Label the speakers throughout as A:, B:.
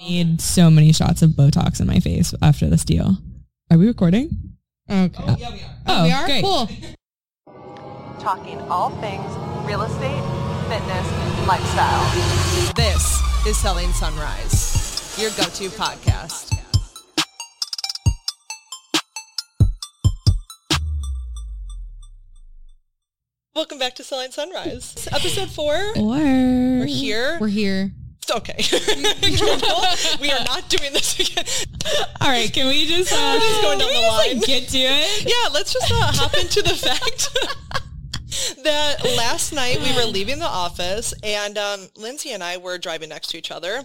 A: need so many shots of Botox in my face after this deal. Are we recording?
B: Okay. Oh,
A: Yeah, we are.
B: we are cool.
C: talking all things real estate, fitness, and lifestyle. This is Selling Sunrise, your go to podcast. Welcome back to Selling Sunrise, episode four.
A: Or
C: We're here.
B: We're here.
C: okay. we are not doing this again.
A: all right, can we just uh,
C: Just going down
A: can we
C: the
A: just, like,
C: line.
A: get to it?
C: Yeah, let's just uh, hop into the fact that last night we were leaving the office and um, Lindsay and I were driving next to each other.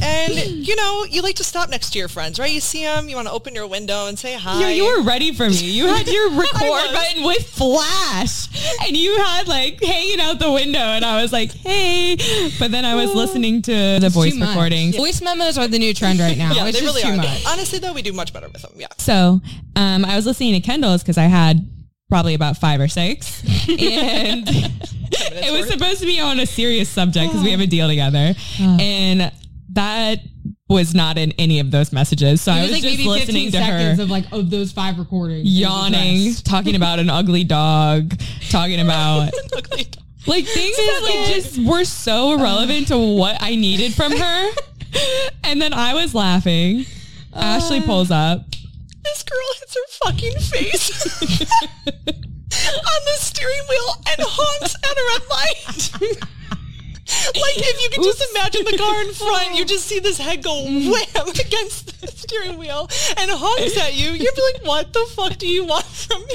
C: And, you know, you like to stop next to your friends, right? You see them, you want to open your window and say hi.
A: Yo, you were ready for me. You had your record
C: was.
A: button with flash, and you had like hanging out the window, and I was like, "Hey!" But then I was listening to the voice
B: Too much.
A: recordings.
B: Voice memos are the new trend right now.
C: yeah,
B: it's
C: they
B: just
C: really
B: too
C: are.
B: much.
C: Honestly, though, we do much better with them. Yeah.
A: So um, I was listening to Kendall's because I had probably about five or six, and it was
C: worth.
A: supposed to be on a serious subject because we have a deal together, and that was not in any of those messages. So I was
B: There's,
A: just listening to her
B: seconds of like of those five recordings. There's the
A: yawning,
B: rest.
A: talking about an ugly dog, talking about like things that like just were so irrelevant to what I needed from her. and then I was laughing. Ashley pulls up.
C: this girl hits her fucking face on the steering wheel and honks at a red light. like if you could just imagine the car in front, you just see this head go
A: Mm.
C: wham against the steering wheel and honks at you. You'd be like, "What the fuck do you want from me?"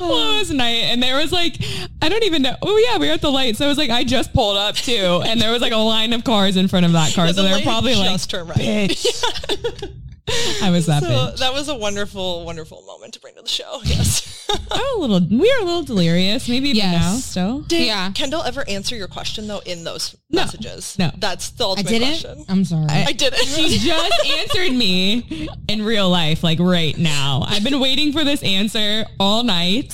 A: well, it was night, and there was like, I don't even know. Oh yeah, we were at the light, so it was like I just pulled up too, and there was like a line of cars in front of that car, so
C: The
A: they were
C: light
A: probably like,
C: just turned right.
A: I was that
C: So
A: bitch.
C: that was a wonderful, wonderful moment to bring to the show. Yes.
A: I'm Oh, a little, we were a little delirious, maybe even
B: Yes.
A: now. So
C: Did
B: Yeah.
C: Kendall ever answer your question though in those
A: No.
C: messages?
A: No.
C: That's the
B: I
C: ultimate
B: didn't.
C: question.
B: I'm sorry.
C: I didn't.
A: she just answered me in real life, like right now. I've been waiting for this answer all night.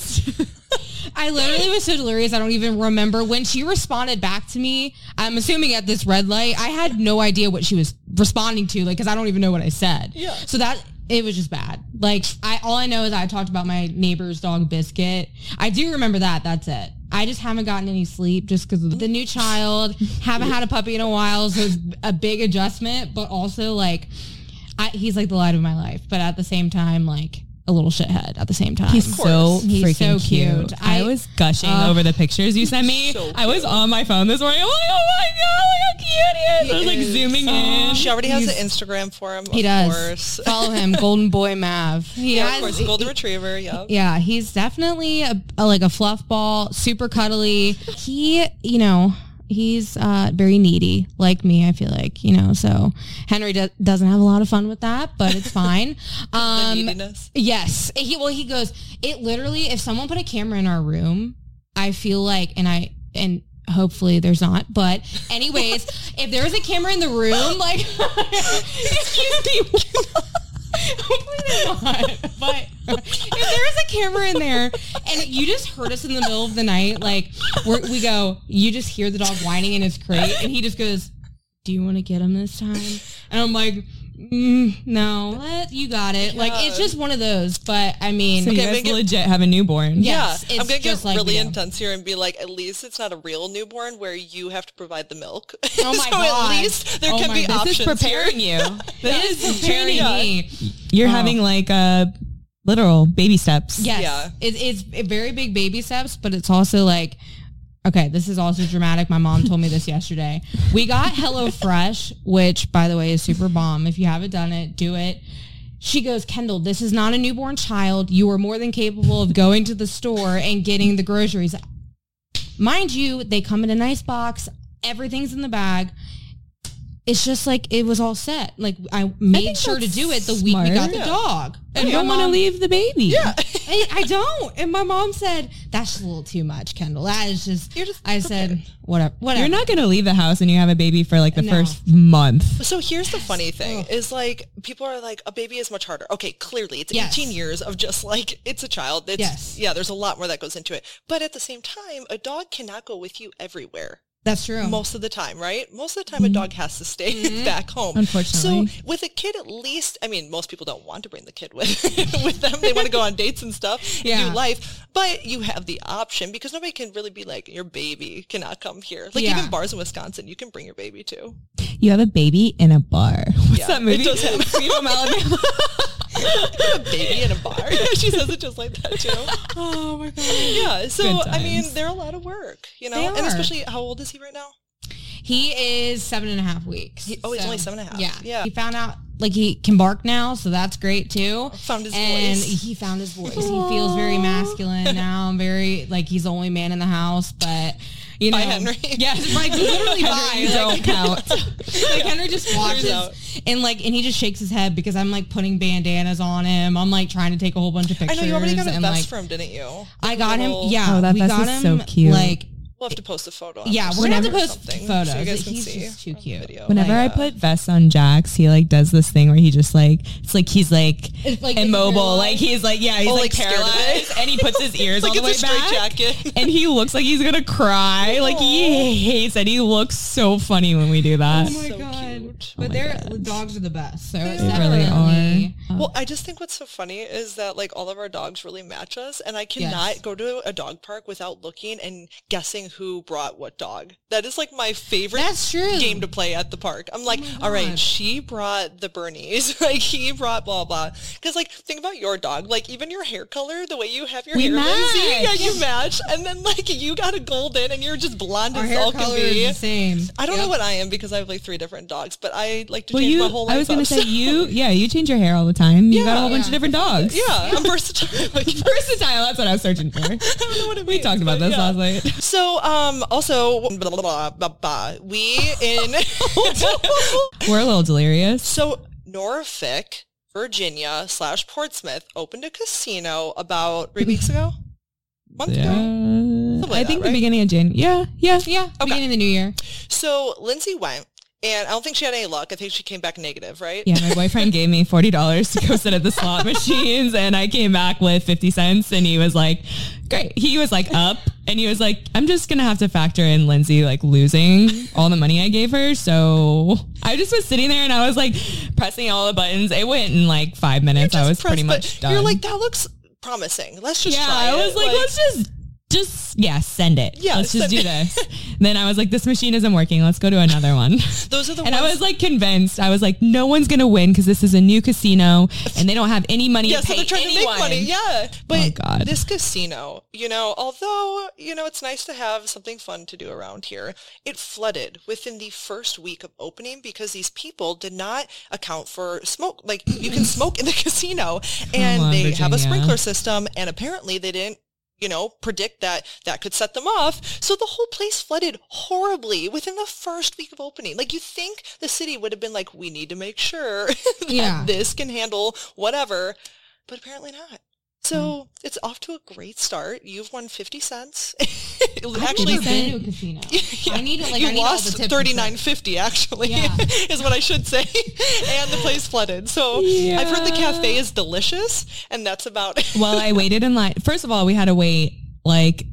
B: I literally was so delirious. I don't even remember when she responded back to me. I'm assuming at this red light, I had no idea what she was responding to, like, because I don't even know what I said.
C: Yeah.
B: So that it was just bad. Like, I all I know is I talked about my neighbor's dog Biscuit. I do remember that. That's it. I just haven't gotten any sleep just because of the new child. Haven't had a puppy in a while, so it's a big adjustment. But also, like, I, he's like the light of my life, but at the same time, like a little shithead. At the same time,
A: so
B: He's
A: freaking
B: so cute.
A: cute. I, Oh.
B: I-
A: was gushing over the pictures you sent me.
C: So
A: I was on my phone this morning. I'm like, oh my god, look how cute he is! I was like
C: is.
A: zooming in.
C: She already has an Instagram for him.
B: He
C: of
B: does.
C: Course.
B: Follow him, Golden Boy Mav. He
C: Yeah,
B: has-
C: of course, the golden retriever. Yeah.
B: yeah, he's definitely a, a- like a fluff ball, super cuddly. He, you know, he's uh, very needy, like me. I feel like, you know, so Henry do- doesn't have a lot of fun with that, but it's fine.
C: The
B: Um,
C: neediness.
B: Yes. He well, he goes, it literally if someone put a camera in our room, I feel like and I and hopefully there's not, but anyways, if there was a camera in the room, like excuse me. Hopefully there's not. But if there was a camera in there and you just heard us in the middle of the night, like we're, we go, you just hear the dog whining in his crate, and he just goes, do you want to get him this time? And I'm like, mm, no, what? you got it. Like, it's just one of those. But I mean,
A: So you
C: Okay,
A: guys
C: we get-
A: legit have a newborn.
C: Yeah,
B: yes, it's
C: I'm gonna get
B: just like
C: really
B: you.
C: intense here and be like, at least it's not a real newborn where you have to provide the milk.
B: Oh my
C: so
B: God.
C: At least there
B: Oh
C: can
B: my-
C: be
B: this is
C: options.
A: preparing
C: here.
A: you. Oh.
B: this is
C: training.
B: training me.
A: You're having like a literal baby steps.
B: Yes,
C: Yeah.
B: it, it's a very big baby steps, but it's also like, okay, this is also dramatic. My mom told me this yesterday. We got HelloFresh, which by the way is super bomb. If you haven't done it, do it. She goes, Kendall, this is not a newborn child. You are more than capable of going to the store and getting the groceries. Mind you, they come in a nice box. Everything's in the bag. It's just like it was all set. Like I made
A: think
B: sure to
A: that's
B: do it the week we
A: smart.
B: got the dog.
A: And
B: my
A: you don't want to
B: mom-
A: leave the baby. Yeah.
B: I, I don't. And my mom said, "That's just a little too much, Kendall. That is just."
C: You're just
B: I said, "Whatever, whatever."
A: You're not going to leave the house and you have a baby for like the
B: No.
A: first month.
C: So here's the funny thing is like people are like a baby is much harder. Okay, clearly it's
B: Yes.
C: 18 years of just like it's a child. It's,
B: Yes.
C: Yeah, there's a lot more that goes into it. But at the same time, a dog cannot go with you everywhere.
B: That's true.
C: most of the time, right? Most of the time, a dog
B: Mm-hmm.
C: has to stay back home.
A: Unfortunately.
C: so with a kid, at least, I mean, most people don't want to bring the kid with with them. They want to go on dates and stuff, and
B: Yeah.
C: do life, but you have the option because nobody can really be like, your baby cannot come here. Like
B: Yeah.
C: even bars in Wisconsin, you can bring your baby to.
B: You have a baby in a bar.
A: What's
C: Yeah,
A: that
C: it
A: movie?
C: does happen.
A: Sweet Home Alabama.
C: a baby in a bar. she says it just like that too.
A: oh my god.
C: Yeah. So
A: Good
C: I mean,
A: times.
C: they're a lot of work, you know,
B: They
C: and
B: are.
C: especially how old is he right now?
B: He is seven and a half weeks.
C: He- oh, he's only seven and a half.
B: Yeah.
C: Yeah.
B: He found out like he can bark now, so that's great too.
C: Found his
B: and
C: voice.
B: he found his voice. he feels very masculine now. I'm very like he's the only man in the house, but you know,
C: By Henry.
B: Yeah, like literally
A: Henry,
B: by.
A: you don't
B: Like,
A: count.
B: like Henry just
C: out.
B: watches and like and he just shakes his head because I'm like putting bandanas on him. I'm like trying to take a whole bunch of
C: I
B: pictures.
C: know you already got a
B: and,
C: vest
B: like,
C: for him, didn't you?
B: I got him.
C: Little-
B: Yeah,
A: Oh, that
B: we
A: vest
B: got
A: is
B: him.
A: so cute.
B: Like
C: We'll have to post a photo.
B: Yeah,
C: on
B: we're gonna have to
C: Instagram or
B: post
C: something
B: photos.
C: So you guys
B: Like,
C: can
B: he's
C: see
B: just too
C: on the
B: cute.
C: video.
A: Whenever
B: Like,
A: I put vests on Jax, he like does this thing where he just like it's like he's like,
B: It's like
A: immobile,
B: paralyzed.
A: like he's like yeah, he's
C: Oh,
A: like,
C: like scared of it.
A: paralyzed, and he puts his ears
C: like
A: all the way
C: it's a straight
A: back,
C: jacket.
A: and he looks like he's gonna cry. Like he hates it. He looks so funny when we do that.
B: Oh my
C: so
B: god!
C: cute.
B: But their dogs are the best. So it's
A: They
B: definitely
A: really are.
C: Well, I just think what's so funny is that like all of our dogs really match us, and I cannot go to a dog park without looking and guessing who brought what dog. That is like my favorite
B: That's true. Oh
C: game to play at the park. I'm like,
B: my
C: all right,
B: God.
C: she brought the Bernese, like he brought blah blah. Because like think about your dog, like even your hair color, the way you have your
B: We
C: hair, Lindsay, yeah,
B: match.
C: you match. And then like you got a golden, and you're just blonde
B: Our
C: as
B: hair
C: all can
B: color
C: be.
B: is the same.
C: I don't know what I am because I have like three different dogs, but I like to
A: Well,
C: change
A: you.
C: my whole life.
A: I was gonna
C: up,
A: say
C: so-
A: you. Yeah, you change your hair all the time. You got a whole bunch of
B: Yeah.
A: different dogs.
C: Yeah, I'm versatile. I guess.
A: versatile. That's what I was searching for.
C: I don't know what it
A: We
C: means,
A: talked about
C: but
A: this
C: yeah.
A: last night.
C: So, um, also, blah, blah, blah, blah, blah, we in
A: We're a little delirious.
C: so Norfolk, Virginia slash Portsmouth opened a casino about three weeks ago, month
A: Yeah.
C: ago.
A: I
C: like
A: think
C: that,
A: the
C: right?
A: beginning of Jan. Yeah, yeah,
B: Yeah, beginning of the new year.
C: So Lindsay went, and I don't think she had any luck. I think she came back negative, right?
A: Yeah, my boyfriend gave me forty dollars to go sit at the slot machines, and I came back with fifty cents, and he was like, "Great." He was like up, and he was like, "I'm just gonna have to factor in Lindsay like losing all the money I gave her." So I just was sitting there, and I was like pressing all the buttons. It went in like five minutes. I was
C: Just press-
A: pretty
C: but
A: much done.
C: You're like, that looks promising. Let's just
A: yeah,
C: try
A: I
C: it."
A: was like, let's just. Just yeah, send it.
C: Yeah,
A: let's just do
C: send it.
A: this. then I was like, this machine isn't working. Let's go to another one.
C: those are the
A: And I
C: ones.
A: was like convinced. I was like, no one's gonna win because this is a new casino and they don't have any money
C: yeah,
A: to
C: so
A: pay
C: they're trying to
A: anyone. Oh,
C: make money. Yeah, but
A: God.
C: this casino, you know, although you know it's nice to have something fun to do around here, it flooded within the first week of opening because these people did not account for smoke. Like you can smoke in the casino, and
A: on,
C: they have a
A: Virginia.
C: sprinkler system, and apparently they didn't. You know, predict that that could set them off. So the whole place flooded horribly within the first week of opening. Like you think the city would have been like, we need to make sure that
B: Yeah.
C: this can handle whatever, but apparently not. So
B: Hmm.
C: it's off to a great start. You've won 50 cents. actually,
B: I've never been to a casino. I need to like
C: you
B: I need all the
C: lost
B: tips.
C: 39.50 actually
B: Yeah.
C: is what I should say. and the place flooded. So I've heard the cafe is delicious and that's about it.
A: well, I waited in line. First of all, we had to wait like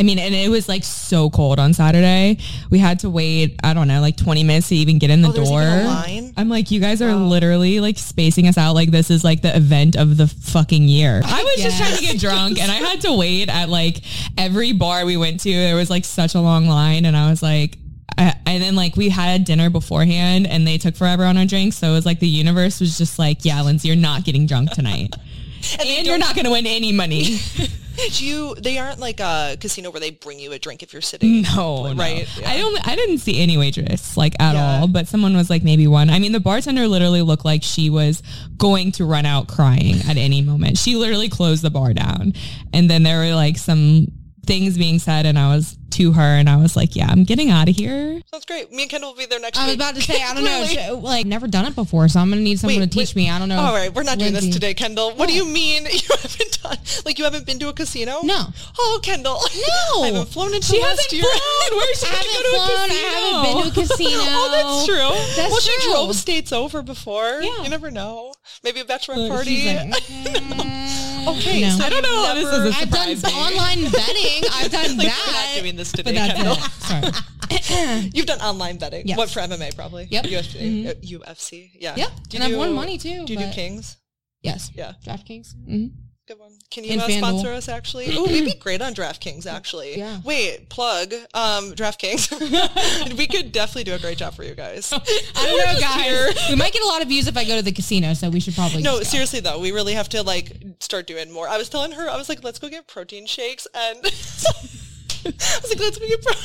A: I mean, and it was like so cold on Saturday. We had to wait, I don't know, like 20 minutes to even get in the
C: Oh, there's
A: door.
C: even a line?
A: I'm like, you guys are literally like spacing us out. Like, this is like the event of the fucking year. I was just trying to get drunk and I had to wait at like every bar we went to. There was like such a long line. And I was like, I, and then like we had dinner beforehand and they took forever on our drinks. So it was like the universe was just like, yeah, Lindsay, you're not getting drunk tonight. and you're not going to win any money.
C: Do you, they aren't like a casino where they bring you a drink if you're sitting.
A: No, no.
C: Right, yeah.
A: I only I didn't see any waitress like at
C: Yeah.
A: all, but someone was like maybe one. I mean, the bartender literally looked like she was going to run out crying at any moment. She literally closed the bar down, and then there were like some things being said, and I was to her, and I was like, "Yeah, I'm getting out of here."
C: Sounds great. Me and Kendall will be there next
B: I was
C: week.
B: about to say I don't know.
C: Really?
B: sh- Like never done it before, so I'm gonna need someone
C: Wait,
B: to teach me. I don't know.
C: All right, we're not doing this
B: Lindsay.
C: today, Kendall. What do you mean you haven't done? Like you haven't been to a casino?
B: No.
C: Oh, Kendall.
B: No.
C: I haven't flown into
A: She
C: last
A: hasn't
C: year.
A: flown. Where's she
B: I
A: gonna go
B: haven't
A: to a
B: flown. I haven't been to a casino.
C: Oh, that's true.
B: That's
C: well, she
B: true.
C: drove states over before.
B: Yeah.
C: You never know. Maybe a bachelorette
A: Look,
C: party. Oh,
A: she's like,
C: okay,
B: no.
C: so
A: I don't
C: you've
A: know how this
C: never-
A: is a
B: "Mm-hmm." I've done
A: surprise me.
B: online betting. I've done
C: Like, we're
B: that.
C: not doing this today,
B: but that's
C: Kendall.
B: it.
A: Sorry.
C: You've done online betting.
B: Yes.
C: What for MMA probably?
B: Yep. Mm-hmm.
C: UFC. uh, UFC. Yeah.
B: Yep.
C: Do
B: and I've
C: you-
B: won money too.
C: Do you do
B: but-
C: kings?
B: Yes.
C: Yeah.
B: DraftKings. Mm-hmm.
C: Good one. Can you
B: And
C: uh,
B: FanDuel.
C: sponsor us? Actually, oh, we'd be great on DraftKings. Actually,
B: Yeah.
C: Wait, plug um, DraftKings. we could definitely do a great job for you guys.
A: Oh,
B: I don't know, guys. We might get a lot of views if I go to the casino, so we should probably
C: No,
B: just go.
C: seriously though, we really have to like start doing more. I was telling her, I was like, let's go get protein shakes, and I was like, let's go get. Pro-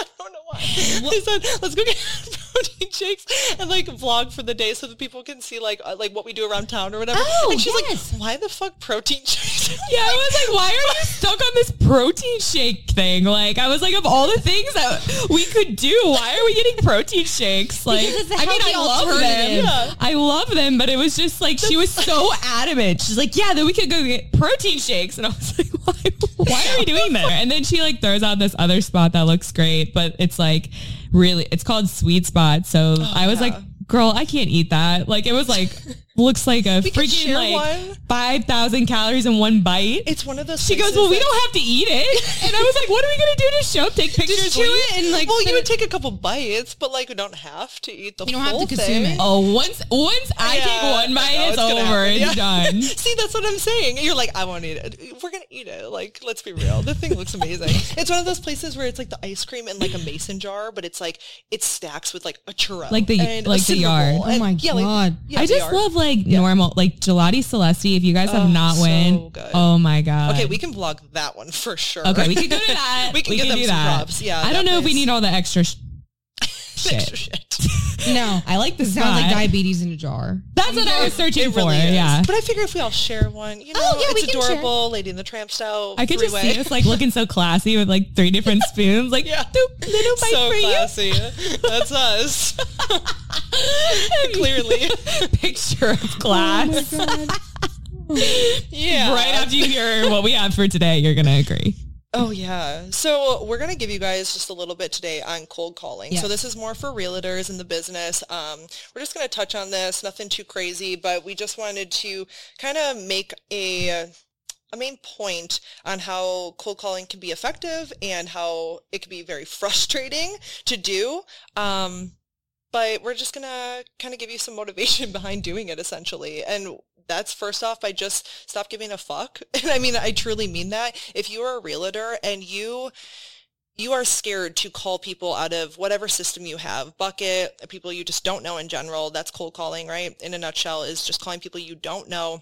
C: I don't know why. I said, let's go get protein shakes and like vlog for the day so that people can see like uh, like what we do around town or whatever.
B: Oh,
C: and she's
B: yes.
C: like, why the fuck protein shakes?
A: Yeah, I was like, why are you stuck on this protein shake thing? Like, I was like, of all the things that we could do, why are we getting protein shakes? Like,
B: Because it's a
A: I mean,
B: healthy
A: I love
B: alternative.
A: them.
C: Yeah.
A: I love them, but it was just like, she was so adamant. She's like, yeah, then we could go get protein shakes. And I was like, why, why are we doing that? And then she like throws out this other spot that looks great, but it's like really, it's called Sweet Spot. So I was
C: Oh, yeah.
A: like, girl, I can't eat that. Like, it was like, looks like a
C: We could
A: freaking
C: share
A: like
C: one.
A: 5,000 calories in one bite.
C: It's one of those.
A: She goes,
C: places
A: well, we
C: that-
A: don't have to eat it. And I was like, what are we going to do to show? Take pictures
B: chew
A: with
B: it and, like,
C: Well,
B: put
C: you would
B: it-
C: take a couple bites, but like, we don't have to eat the.
B: You don't have to
C: full
B: consume
C: thing.
B: it.
A: Oh, once once I
C: Yeah,
A: take one bite,
C: I know,
A: it's,
C: it's gonna
A: over. It's
C: happen,
A: done.
C: See, that's what I'm saying. You're like, I won't eat it. We're gonna eat it. Like, let's be real. The thing looks amazing. it's one of those places where it's like the ice cream in like a mason jar, but it's like it stacks with like a churro,
A: Like the-
C: and a
A: like the
C: cinnamon
A: yard.
C: roll,
B: Oh
C: and-
B: my
C: like-
B: God.
A: I
C: the
A: just
C: yard.
A: love like normal, like Gelati Celesti. If you guys have
C: Oh,
A: not
C: so
A: went,
C: good.
A: oh my god.
C: Okay, we can vlog that one for sure.
A: okay we could go to that.
C: We can give them
A: do
C: some
A: that.
C: props. Yeah,
A: I don't
C: that
A: know if we
C: place-
A: need all the extra. Sh-
C: Extra shit.
B: No.
A: I like the
B: Sounds like
A: spot.
B: diabetes in a jar.
A: That's what I was searching
C: It
A: for.
C: really is.
A: Yeah,
C: But I figure if we all share one, you know,
B: Oh, yeah, we
C: it's
B: can share.
C: adorable, Lady in the Tramp style.
A: I could just
C: three-way.
A: see us like looking so classy with like three different spoons. Like
C: Yeah.
A: "Doop, little bite
C: so
A: for you.
C: classy. That's us. Clearly.
A: Picture of class.
C: Yeah.
A: right after you hear what we have for today, you're gonna agree.
C: Oh yeah. So we're gonna give you guys just a little bit today on cold calling.
B: Yes.
C: So this is more for realtors in the business. Um, we're just gonna touch on this. Nothing too crazy, but we just wanted to kind of make a a main point on how cold calling can be effective and how it can be very frustrating to do. Um, but we're just gonna kind of give you some motivation behind doing it essentially and that's first off by just stop giving a fuck and i mean i truly mean that if you are a realtor and you you are scared to call people out of whatever system you have bucket people you just don't know in general that's cold calling right in a nutshell is just calling people you don't know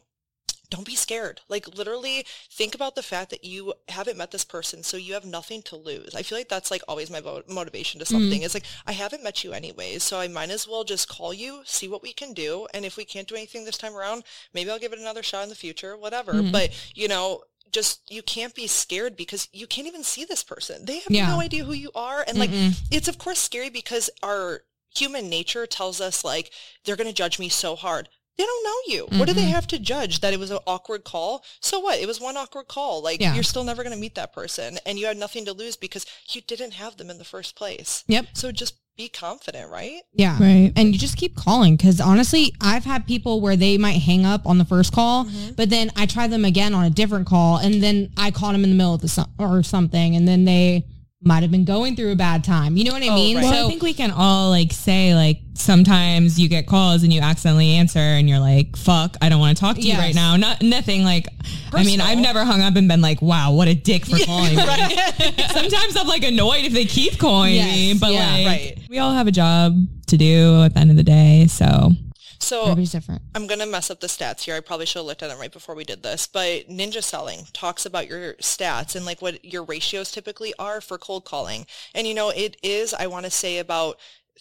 C: don't be scared. Like literally think about the fact that you haven't met this person, so you have nothing to lose. I feel like that's like always my vo- motivation to something. It's like I haven't met you anyways, so I might as well just call you, see what we can do, and if we can't do anything this time around, maybe I'll give it another shot in the future, whatever. But, you know, just you can't be scared because you can't even see this person. They have
B: Yeah. Mm-hmm.
C: no idea who you are and like it's of course scary because our human nature tells us like they're going to judge me so hard. They don't know you. What do they have to judge? That it was an awkward call? So what? It was one awkward call. Like
B: Yeah.
C: you're still never going to meet that person and you had nothing to lose because you didn't have them in the first place.
B: Yep.
C: So just be confident, right?
B: Yeah.
A: Right.
B: And you just keep calling because honestly, I've had people where they might hang up on the first call,
C: Mm-hmm.
B: but then I try them again on a different call, and then I caught them in the middle of the so- or something, and then they might have been going through a bad time. You know what I
C: Oh,
B: mean?
C: right.
A: Well, I think we can all like say like sometimes you get calls and you accidentally answer and you're like, "Fuck, I don't want to talk to
B: Yes.
A: you right now." Not nothing like. I mean,
C: Personal.
A: I've never hung up and been like, "Wow, what a dick for calling." me. Sometimes I'm like annoyed if they keep calling me,
B: Yes,
A: but
B: yeah.
A: like
C: Right.
A: we all have a job to do at the end of the day. So
C: So
B: everybody's different.
C: I'm going to mess up the stats here. I probably should have looked at them right before we did this. But Ninja Selling talks about your stats and like what your ratios typically are for cold calling. And you know, it is, I want to say about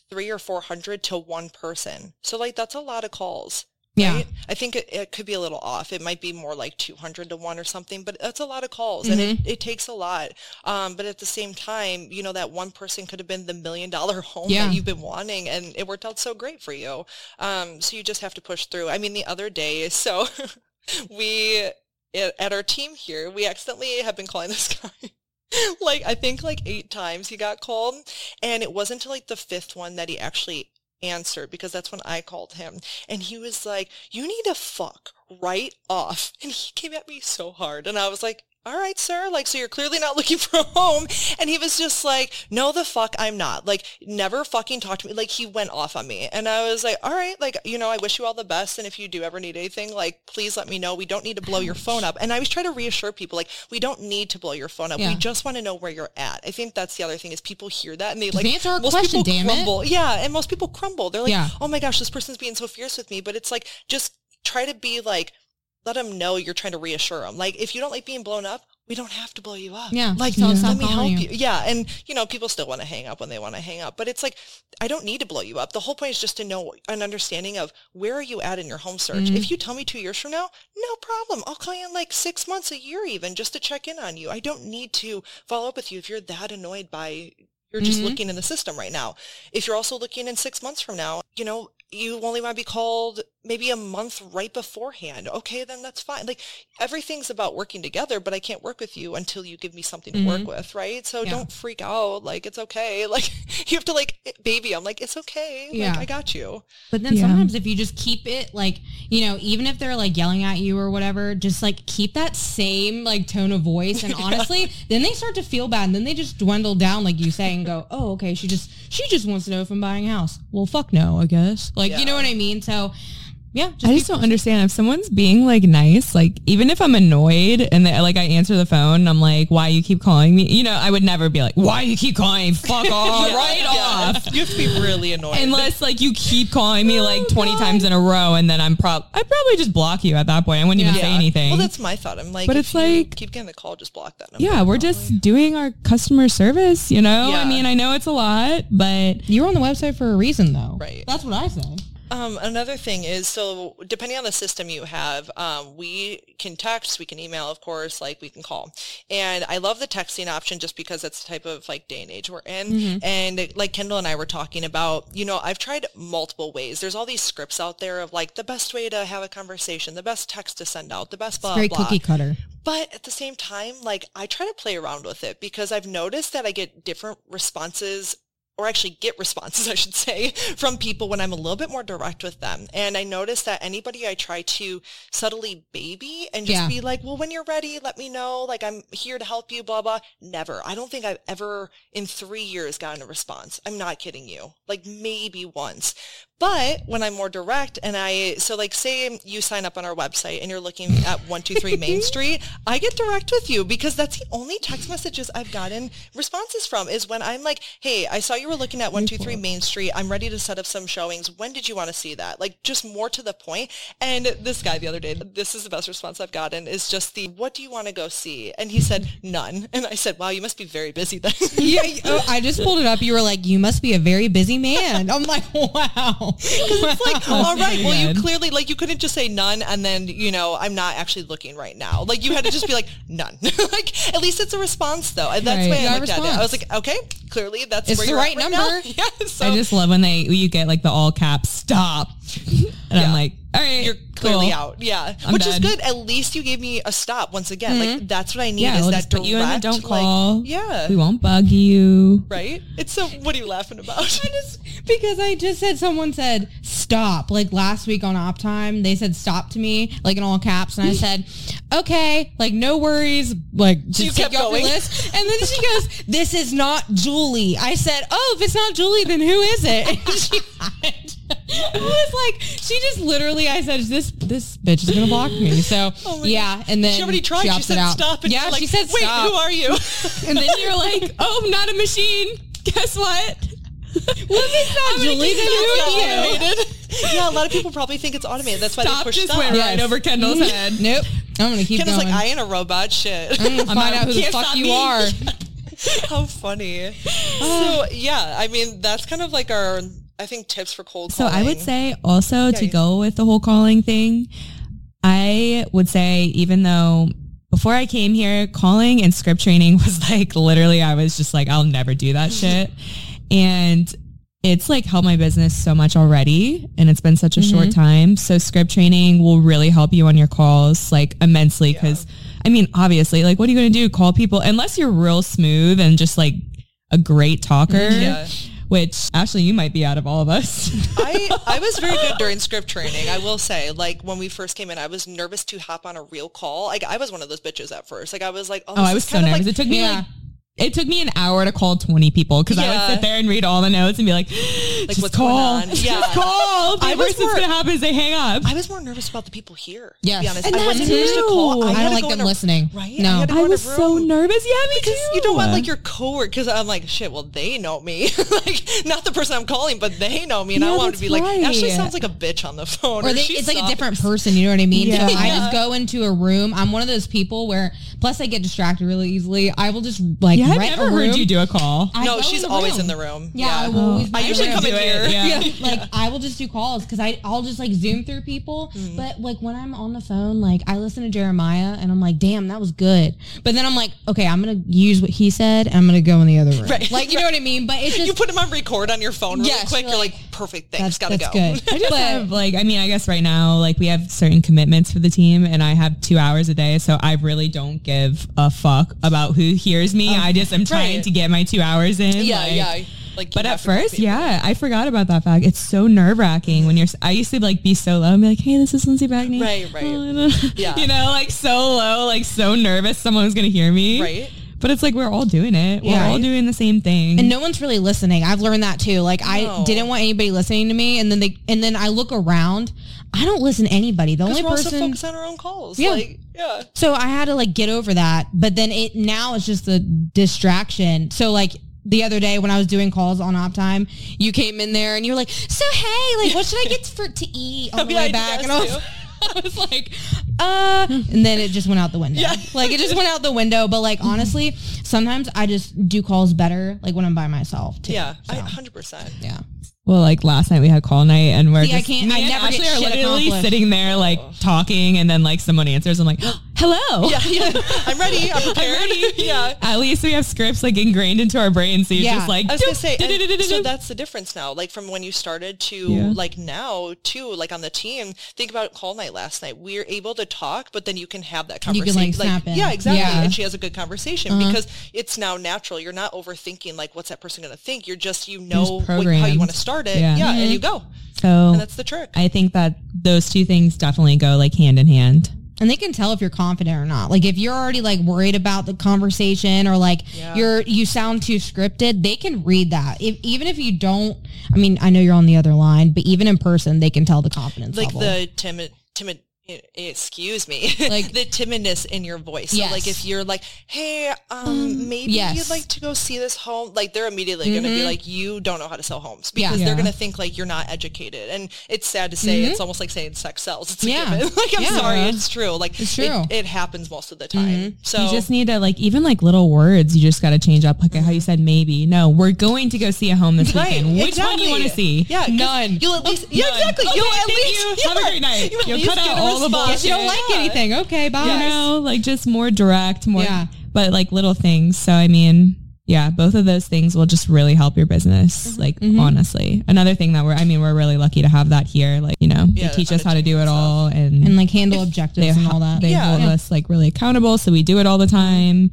C: three or 400 to one person. So like that's a lot of calls.
B: Yeah.
C: Right? I think it, it could be a little off. It might be more like 200 to 1 or something, but that's a lot of calls and
B: Mm-hmm.
C: it, it takes a lot. Um, but at the same time, you know, that one person could have been the million dollar home
B: Yeah.
C: that you've been wanting and it worked out so great for you. Um, so you just have to push through. I mean, the other day, so we at at our team here, we accidentally have been calling this guy. Like I think like eight times he got called, and it wasn't until like the fifth one that he actually answered because that's when I called him, and he was like, "You need to fuck right off," and he came at me so hard, and I was like, all right, sir. Like, so you're clearly not looking for a home. And he was just like, no, the fuck, I'm not. Like, never fucking talk to me. Like, he went off on me. And I was like, all right, like, you know, I wish you all the best. And if you do ever need anything, like, please let me know. We don't need to blow your phone up. And I always try to reassure people, like, we don't need to blow your phone up.
B: Yeah.
C: We just want to know where you're at. I think that's the other thing is people hear that and they like,
B: answer our
C: most
B: question,
C: people
B: damn it.
C: crumble. Yeah. And most people crumble. They're like,
B: Yeah.
C: oh my gosh, this person's being so fierce with me. But it's like, just try to be like, let them know you're trying to reassure them. Like, if you don't like being blown up, we don't have to blow you up.
B: Yeah,
C: Like,
B: so it's
C: let
B: not
C: me help
B: bothering you.
C: you. Yeah. And, you know, people still want to hang up when they want to hang up. But it's like, I don't need to blow you up. The whole point is just to know an understanding of where are you at in your home search.
B: Mm-hmm.
C: If you tell me two years from now, no problem. I'll call you in like six months, a year even, just to check in on you. I don't need to follow up with you if you're that annoyed by you're just
B: Mm-hmm.
C: looking in the system right now. If you're also looking in six months from now, you know, you only want to be called maybe a month right beforehand. Okay, then that's fine. Like everything's about working together, but I can't work with you until you give me something to work with, right? So
B: Mm-hmm. Yeah.
C: don't freak out. Like it's okay. Like you have to like baby, I'm like, it's okay. Like
B: Yeah.
C: I got you.
B: But then
A: Yeah.
B: sometimes if you just keep it like, you know, even if they're like yelling at you or whatever, just like keep that same like tone of voice. And honestly, then they start to feel bad and then they just dwindle down, like you say, and go, oh, okay, she just, she just wants to know if I'm buying a house. Well, fuck no, I guess. Like, you know what I mean? So yeah, just
A: I just don't understand if someone's being like nice, like even if I'm annoyed and they, like I answer the phone and I'm like, why you keep calling me? You know, I would never be like, why you keep calling? me? Fuck off, right off.
C: You have to be really annoyed.
A: Unless like you keep calling me
B: Oh,
A: like 20 times in a row and then I'm prob I'd probably just block you at that point. I wouldn't even
B: Yeah.
A: say anything.
C: Well, that's my thought. I'm like,
A: But it's
C: if you
A: like-
C: keep getting the call, just block that number.
A: yeah, we're just doing our customer service, you know?
C: Yeah.
A: I mean, I know it's a lot, but
B: you were on the website for a reason though.
C: Right.
B: That's what I say.
C: Um, another thing is, so depending on the system you have, um, we can text, we can email, of course, like we can call. And I love the texting option just because that's the type of like day and age we're in.
A: Mm-hmm.
C: And like Kendall and I were talking about, you know, I've tried multiple ways. There's all these scripts out there of like the best way to have a conversation, the best text to send out, the best blah
B: Very
C: blah.
B: cookie cutter.
C: But at the same time, like I try to play around with it because I've noticed that I get different responses or actually get responses, I should say, from people when I'm a little bit more direct with them. And I notice that anybody I try to subtly baby and just
B: Yeah.
C: be like, well, when you're ready, let me know. Like I'm here to help you, blah, blah. Never. I don't think I've ever in three years gotten a response. I'm not kidding you. Like maybe once. But when I'm more direct and I, so like say you sign up on our website and you're looking at 123 Main Street, I get direct with you because that's the only text messages I've gotten responses from is when I'm like, hey, I saw you were looking at 123 Main Street. I'm ready to set up some showings. When did you want to see that? Like just more to the point. And this guy the other day, this is the best response I've gotten is just the, what do you want to go see? And he said, none. And I said, wow, you must be very busy then.
B: Yeah, oh, I just pulled it up. You were like, you must be a very busy man. I'm like, wow.
C: It's like, all right, well,
A: Good.
C: you clearly, like, you couldn't just say none and then, you know, I'm not actually looking right now. Like, you had to just be like, none. like, at least it's a response, though. And that's
A: Right.
C: the way
B: Yeah,
C: I looked at it. I was
B: response.
C: like, okay, clearly that's
B: It's
C: where
B: the
C: you're at
B: right
C: now.
B: number.
C: Yeah, so
A: I just love when they you get like the all caps stop. And I'm like, all right,
C: you're clearly
A: cool.
C: out. Yeah.
A: I'm
C: Which is
A: done. Mm-hmm.
C: good. At least you gave me a stop once again. Like, that's what I need
A: Yeah,
C: is
A: we'll
C: that
A: just put
C: direct.
A: you in the don't
C: like-
A: call.
C: yeah.
A: We won't bug you.
C: Right? It's so, what are you laughing about?
B: because I just said someone said stop. Like last week on op time, they said stop to me, like in all caps, and I said, Okay, like no worries, like just
C: You
B: take
C: kept
B: you off your
C: going.
B: list. And then she goes, This is not Julie. I said, Oh, if it's not Julie, then who is it? And she it was like she just literally I said this this bitch is gonna block me. So
C: Oh my
B: yeah, and then
C: She already tried. She
B: opted
C: said
B: out.
C: stop. And
B: yeah,
C: you're like,
B: she said
C: wait,
B: stop.
C: who are you?
A: And then you're like, oh, I'm not a machine. Guess what?
B: Well, if it's not Julie, then who are you?
C: yeah, a lot of people probably think it's automated. That's why
A: Stop
C: they push
A: just
C: stop.
A: went right
B: Yes.
A: over Kendall's head.
B: Nope. I'm gonna keep
C: Kendall's
B: going.
C: like, I ain't a robot. Shit.
B: I'm gonna find
A: not-
B: out who the
A: can't
B: fuck
A: stop
B: you
A: me.
B: are.
C: How funny. so yeah, I mean that's kind of like our I think tips for cold
A: So
C: calling.
A: I would say also to
C: you-
A: go with the whole calling thing, I would say even though before I came here, calling and script training was like literally I was just like, I'll never do that shit. And it's like helped my business so much already and it's been such a short
C: Mm-hmm.
A: time. So script training will really help you on your calls like immensely because I mean, obviously, like what are you going to do? Call people unless you're real smooth and just like a great talker
C: Mm-hmm. Yeah.
A: which Ashley, you might be out of all of us.
C: I, I was very good during script training, I will say. Like when we first came in, I was nervous to hop on a real call. Like I was one of those bitches at first. Like I was like, oh,
A: Oh,
C: this
A: I
C: is
A: was so
C: kind of
A: nervous.
C: Like,
A: it took me
B: Yeah.
A: like it took me an hour to call twenty people because I
C: Yeah.
A: would sit there and read all the notes and be like, just
C: what's going
A: call,
C: on?"
A: just
C: Yeah.
A: call. The
C: I was
A: worst that's
C: more-
A: gonna happen is they hang up.
C: I was more nervous about the people here.
B: Yes.
C: To be honest.
B: And
C: I
B: that
C: wasn't used to call.
A: too. I
B: I,
C: had
B: don't
C: to
B: like
C: go
B: them
C: in a-
B: listening.
C: Right? I
B: No.
C: had to go in a room.
A: nervous. Yeah, me because
C: You don't want like your coworker because I'm like shit. Well, they know me, like not the person I'm calling, but they know me, and
A: Yeah,
C: I want
A: that's
C: to be like Ashley
A: right.
C: sounds like a bitch on the phone,
B: or they,
C: she
B: it's like a
C: sucks.
B: different person. You know what I mean? So I
A: Yeah.
B: just go into a room. I'm one of those people where, plus I get distracted really easily. I will just like
A: Yeah, I've
B: rent
A: never
B: a room.
A: heard you do a call.
B: I
C: No,
B: go
C: she's always in the room.
B: Yeah, I will always.
C: I
B: rent a
C: usually
B: room.
C: come in
A: Do it,
C: here.
A: yeah.
B: Yeah, like I will just do calls because I I'll just like zoom through people.
C: Mm.
B: But like when I'm on the phone, like I listen to Jeremiah and I'm like, damn, that was good. But then I'm like, okay, I'm gonna use what he said. And I'm gonna go in the other room.
C: Right,
B: Like you know what I mean? But it's just
C: You put him on record on your phone really
B: Yes,
C: quick.
B: you're
C: You're like, perfect.
B: that's,
C: Thanks. Gotta
B: that's
C: go.
B: good.
A: I just
B: but,
A: have like I mean I guess right now like we have certain commitments for the team and I have two hours a day so I really don't give a fuck about who hears me I just am trying
C: right.
A: to get my two hours in
C: Yeah,
A: like-
C: yeah. Like, you
A: But at
C: have to call
A: first,
C: people.
A: yeah, I forgot about that fact. It's so nerve wracking when you're. s- I used to like be so low and be like, "Hey, this is Lindsay Bagney."
C: Right, right. Yeah.
A: You know, like so low, like so nervous, someone's gonna hear me.
C: Right.
A: But it's like we're all doing it. We're
B: Yeah.
A: all doing the same thing.
B: and no one's really listening. I've learned that too. Like I
C: No.
B: didn't want anybody listening to me, and then they and then I look around. I don't listen to anybody. The
C: 'Cause
B: only
C: we're also
B: person.
C: focused on our own calls.
B: Yeah.
C: Like, yeah.
B: So I had to like get over that, but then it now it's just the distraction. So like the other day when I was doing calls on Optime, you came in there and you were like, "So hey, like what should I get for to eat on the
C: Yeah, I
B: way
C: did
B: back?"
C: that
B: And I was,
C: too.
B: I was like, "Uh," and then it just went out the window.
C: Yeah.
B: Like it just went out the window. But like honestly, sometimes I just do calls better like when I'm by myself too.
C: Yeah. I,
B: So,
C: 100%.
B: yeah.
A: Well, like last night we had call night, and we're
B: See, I
A: just,
B: can't-
A: me
B: I
A: and
B: never get
A: Ashley are
B: shit
A: literally
B: accomplished.
A: sitting there like talking, and then like someone answers. I'm like, hello.
C: Oh. Yeah, yeah. I'm ready. I'm prepared.
A: ready.
C: yeah.
A: At least we have scripts like ingrained into our brain, so you're
B: Yeah.
A: just like,
C: I was gonna
A: doop,
C: say, and so
A: do-do-do-do-do.
C: that's the difference now. Like from when you started to
A: Yeah.
C: like now too, like on the team. Think about call night last night. We are able to talk, but then you can have that
B: You
C: conversation.
B: can, like, snap in.
C: yeah, exactly.
B: Yeah. Uh-huh.
C: And she has a good conversation because it's now natural. You're not overthinking like what's that person going to think. You're just you know what, how you
A: programmed.
C: want to start it.
A: Yeah.
C: Yeah, and you
B: Mm-hmm.
C: go. And
A: so
C: that's the trick.
A: I think that those two things definitely go like hand in hand.
B: and they can tell if you're confident or not. Like if you're already like worried about the conversation or like
C: Yeah.
B: you're you sound too scripted, they can read that. If even if you don't, I mean, I know you're on the other line, but even in person, they can tell the confidence
C: like
B: level.
C: the timid timid eh, excuse me
B: Like-
C: like the timidness in your voice so
B: Yes.
C: like if you're like hey um, maybe
B: yes. Mm-hmm.
C: you'd like to go see this home like they're immediately gonna be like you don't know how to sell homes
B: Yeah. Mm-hmm.
C: because
A: Yeah.
C: they're gonna think like you're not educated and it's sad to say it's almost like saying sex sells it's a
B: Yeah.
C: given. like i'm
B: Yeah.
C: sorry it's true like
B: It's true.
C: it-
B: Mm-hmm.
C: It, happens most of the time so
A: You just need to like even like little words. You just got to change up like how you said maybe. No, we're going to go see a home this
C: Right,
A: weekend. Which one do
C: exactly.
A: you want to see?
C: Yeah, 'cause
B: None.
C: You'll at least, yeah,
A: None.
C: exactly.
A: Okay,
C: you'll at
A: thank
C: least
A: you. Have a
C: yeah.
A: great night.
C: You at
A: You'll
C: least
A: cut out
C: get a
A: all the
C: response.
A: bullshit.
B: if you don't like
C: Yeah.
B: anything, okay, bye.
A: You
C: Yes.
A: know, like just more direct, more
B: Yeah.
A: but like little things. So I mean, yeah, both of those things will just really help your business.
C: Mm-hmm,
A: Like honestly, another thing that we're I mean, we're really lucky to have that here. Like you know,
C: Yeah,
A: they teach
C: on
A: us
C: the
A: how to
C: team
A: do it
C: and
A: all,
B: And like handle objectives and all that.
A: They
C: Yeah.
A: hold
C: Yeah.
A: us like really accountable, so we do it all the time.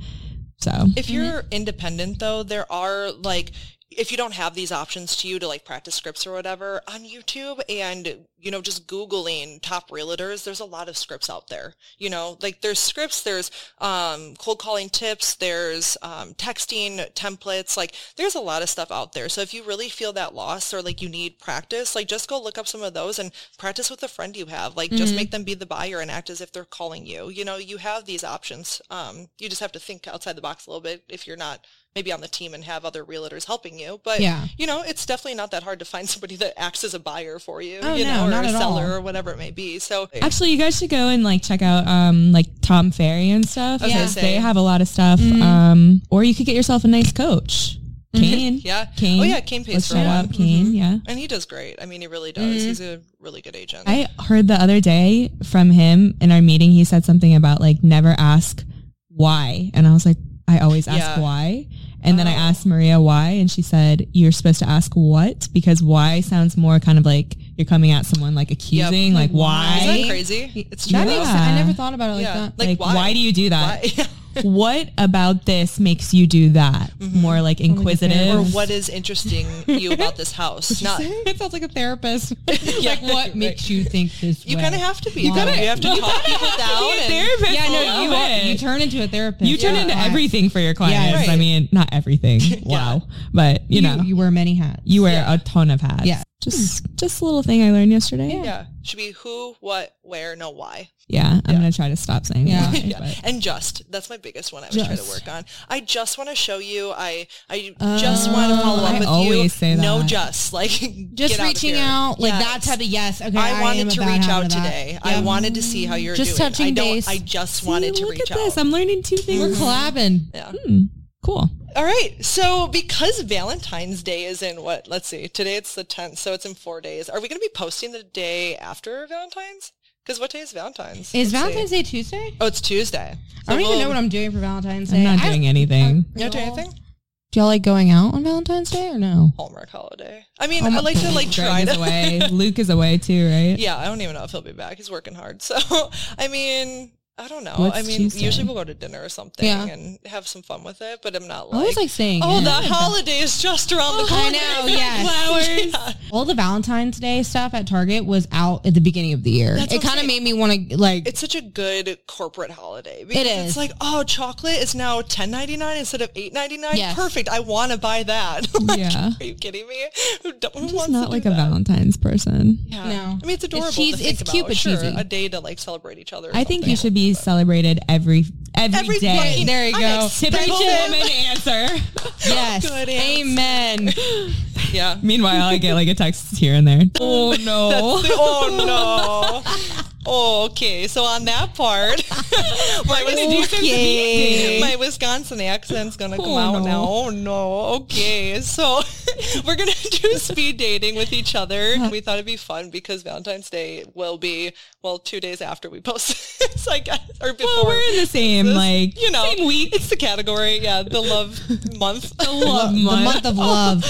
A: So
C: If you're independent though, there are like if you don't have these options to you to like practice scripts or whatever on YouTube and you know just googling top realtors, there's a lot of scripts out there. You know, like there's scripts, there's um, cold calling tips, there's um, texting templates. Like there's a lot of stuff out there. So if you really feel that loss or like you need practice, like just go look up some of those and practice with a friend you have. Like
B: Mm-hmm.
C: just make them be the buyer and act as if they're calling you. You know, you have these options. Um, you just have to think outside the box a little bit if you're not maybe on the team and have other realtors helping you. But
B: Yeah.
C: you know, it's definitely not that hard to find somebody that acts as a buyer for you,
B: Oh,
C: you
B: no,
C: know, or
B: not
C: a
B: at
C: seller
B: all.
C: or whatever it may be. So
A: Actually, you guys should go and like check out um like Tom Ferry and stuff.
C: I was gonna
A: because
C: say.
A: they have a lot of stuff.
C: Mm-hmm.
A: Um, or you could get yourself a nice coach. Kane,
C: Yeah.
A: Kane.
C: Oh, yeah, Kane pays
A: Let's
C: for Mm-hmm.
A: shout
C: one.
A: out Kane, yeah.
C: and he does great. I mean, he really does. He's a really good agent.
A: I heard the other day from him in our meeting. He said something about like never ask why, and I was like, I always ask
C: Yeah.
A: why. And then I asked Maria why, and she said you're supposed to ask what because why sounds more kind of like you're coming at someone like accusing, like
B: why?
A: why.
C: Isn't that crazy? It's true.
B: that
A: Yeah.
B: makes sense. I never thought about it like
C: Yeah.
B: that.
C: Like,
A: Like, why?
C: why?
A: do you do that?
C: Why?
A: what about this makes you do that? More like inquisitive.
B: parents.
A: Or
B: Or
C: Or what is interesting you about this house? Not
B: it sounds like a therapist.
C: Yeah,
B: like what
C: right.
B: makes you think this?
C: you
B: way?
C: kind of have to be. You,
B: gotta-
C: have to talk people down. And,
B: Yeah, no, you are- you turn into a therapist.
A: You turn
B: Yeah.
A: into everything for your clients.
B: right.
A: I mean, not everything. Wow. But you, know,
B: you
A: you,
B: wear many hats.
A: wear a ton of hats.
B: Yeah. Hmm.
A: Just just a little thing I learned yesterday. Yeah.
C: yeah, should be who, what, where, no why.
A: I'm gonna try to stop saying
B: Yeah.
A: that.
C: Yeah.
A: but-
C: And just that's my biggest one I was trying to
B: Just.
C: work on. I just want to show you. I I just want to follow up
A: I
C: with you.
A: always say
C: No,
A: that.
C: just like
B: just
C: get out of
B: reaching
C: here.
B: out, like
C: Yes.
B: that type of yes. Okay,
C: I wanted
B: am
C: to
B: about
C: reach
B: having
C: out
B: that.
C: today. I
B: Yep.
C: wanted to see how you're
B: Just
C: doing. I
B: touching
C: don't.
B: base.
C: I just wanted
A: See,
C: to
A: look
C: reach
A: at this.
C: out.
A: I'm learning two things.
B: We're
C: Mm-hmm.
B: collabing.
C: yeah.
A: Cool.
C: All right. So because Valentine's Day is in what? Let's see. Today it's the 10th, so it's in four days. Are we going to be posting the day after Valentine's? Because what day is
B: Is
C: Valentine's? Let's see.
B: Valentine's Day Tuesday?
C: Oh, it's Tuesday.
B: I don't even
C: we'll-
B: know what I'm doing for Valentine's Day.
A: I'm not
B: I-
A: doing anything.
C: You don't do anything?
B: Do y'all like going out on Valentine's Day or no?
C: Hallmark holiday. I mean, I like to like try
A: Greg is
C: to.
A: away. Luke is away too, right?
C: Yeah, I don't even know if he'll be back. He's working hard. So, I mean, I don't know.
A: What's
C: I mean,
A: Tuesday?
C: usually we'll go to dinner or something
B: Yeah.
C: and have some fun with it, but I'm not
B: I always
C: like,
B: like saying.
C: oh,
B: it.
C: the holiday is just around the corner.
B: I know. Yes.
C: Yeah.
B: All the Valentine's Day stuff at Target was out at the beginning of the year.
C: That's
B: it
C: what I'm
B: kind of
C: saying.
B: made me want to like.
C: it's such a good corporate holiday because
B: is.
C: it's like oh chocolate is now ten ninety nine instead of eight ninety nine.
B: Yes.
C: Perfect. I want to buy that. Like,
A: Yeah.
C: Are you kidding me? Who, don't, who
A: I'm
C: wants
A: just not
C: to
A: like
C: do
A: a
C: that?
A: Valentine's person.
C: Yeah.
B: No.
C: I mean it's adorable.
B: cheese-
C: to think
B: it's
C: about.
B: cute, but
C: sure,
B: cheesy.
C: A day to like celebrate each other. or
A: I think you
C: something.
A: should be celebrated every every
C: Every
A: day.
C: fucking-
B: there you
C: I'm
B: go.
C: ex-
A: Typical
C: Pregnant.
A: woman answer.
B: yes.
C: Good answer.
B: Amen.
C: Yeah.
A: Meanwhile, I get like a text here and there. Oh no.
C: oh no. Oh, Okay, so on that part, my,
B: Okay.
C: Wisconsin, my Wisconsin accent's gonna come
A: Oh,
C: out
A: no.
C: now. Oh no. Okay, so we're gonna do speed dating with each other.
A: Uh-huh.
C: We thought it'd be fun because Valentine's Day will be well two days after we post this, I guess, or before.
A: well, we're in the same
C: this,
A: like
C: you know,
A: same week.
C: It's the category, yeah, the love month. The
A: love
B: the
A: month.
B: month of love.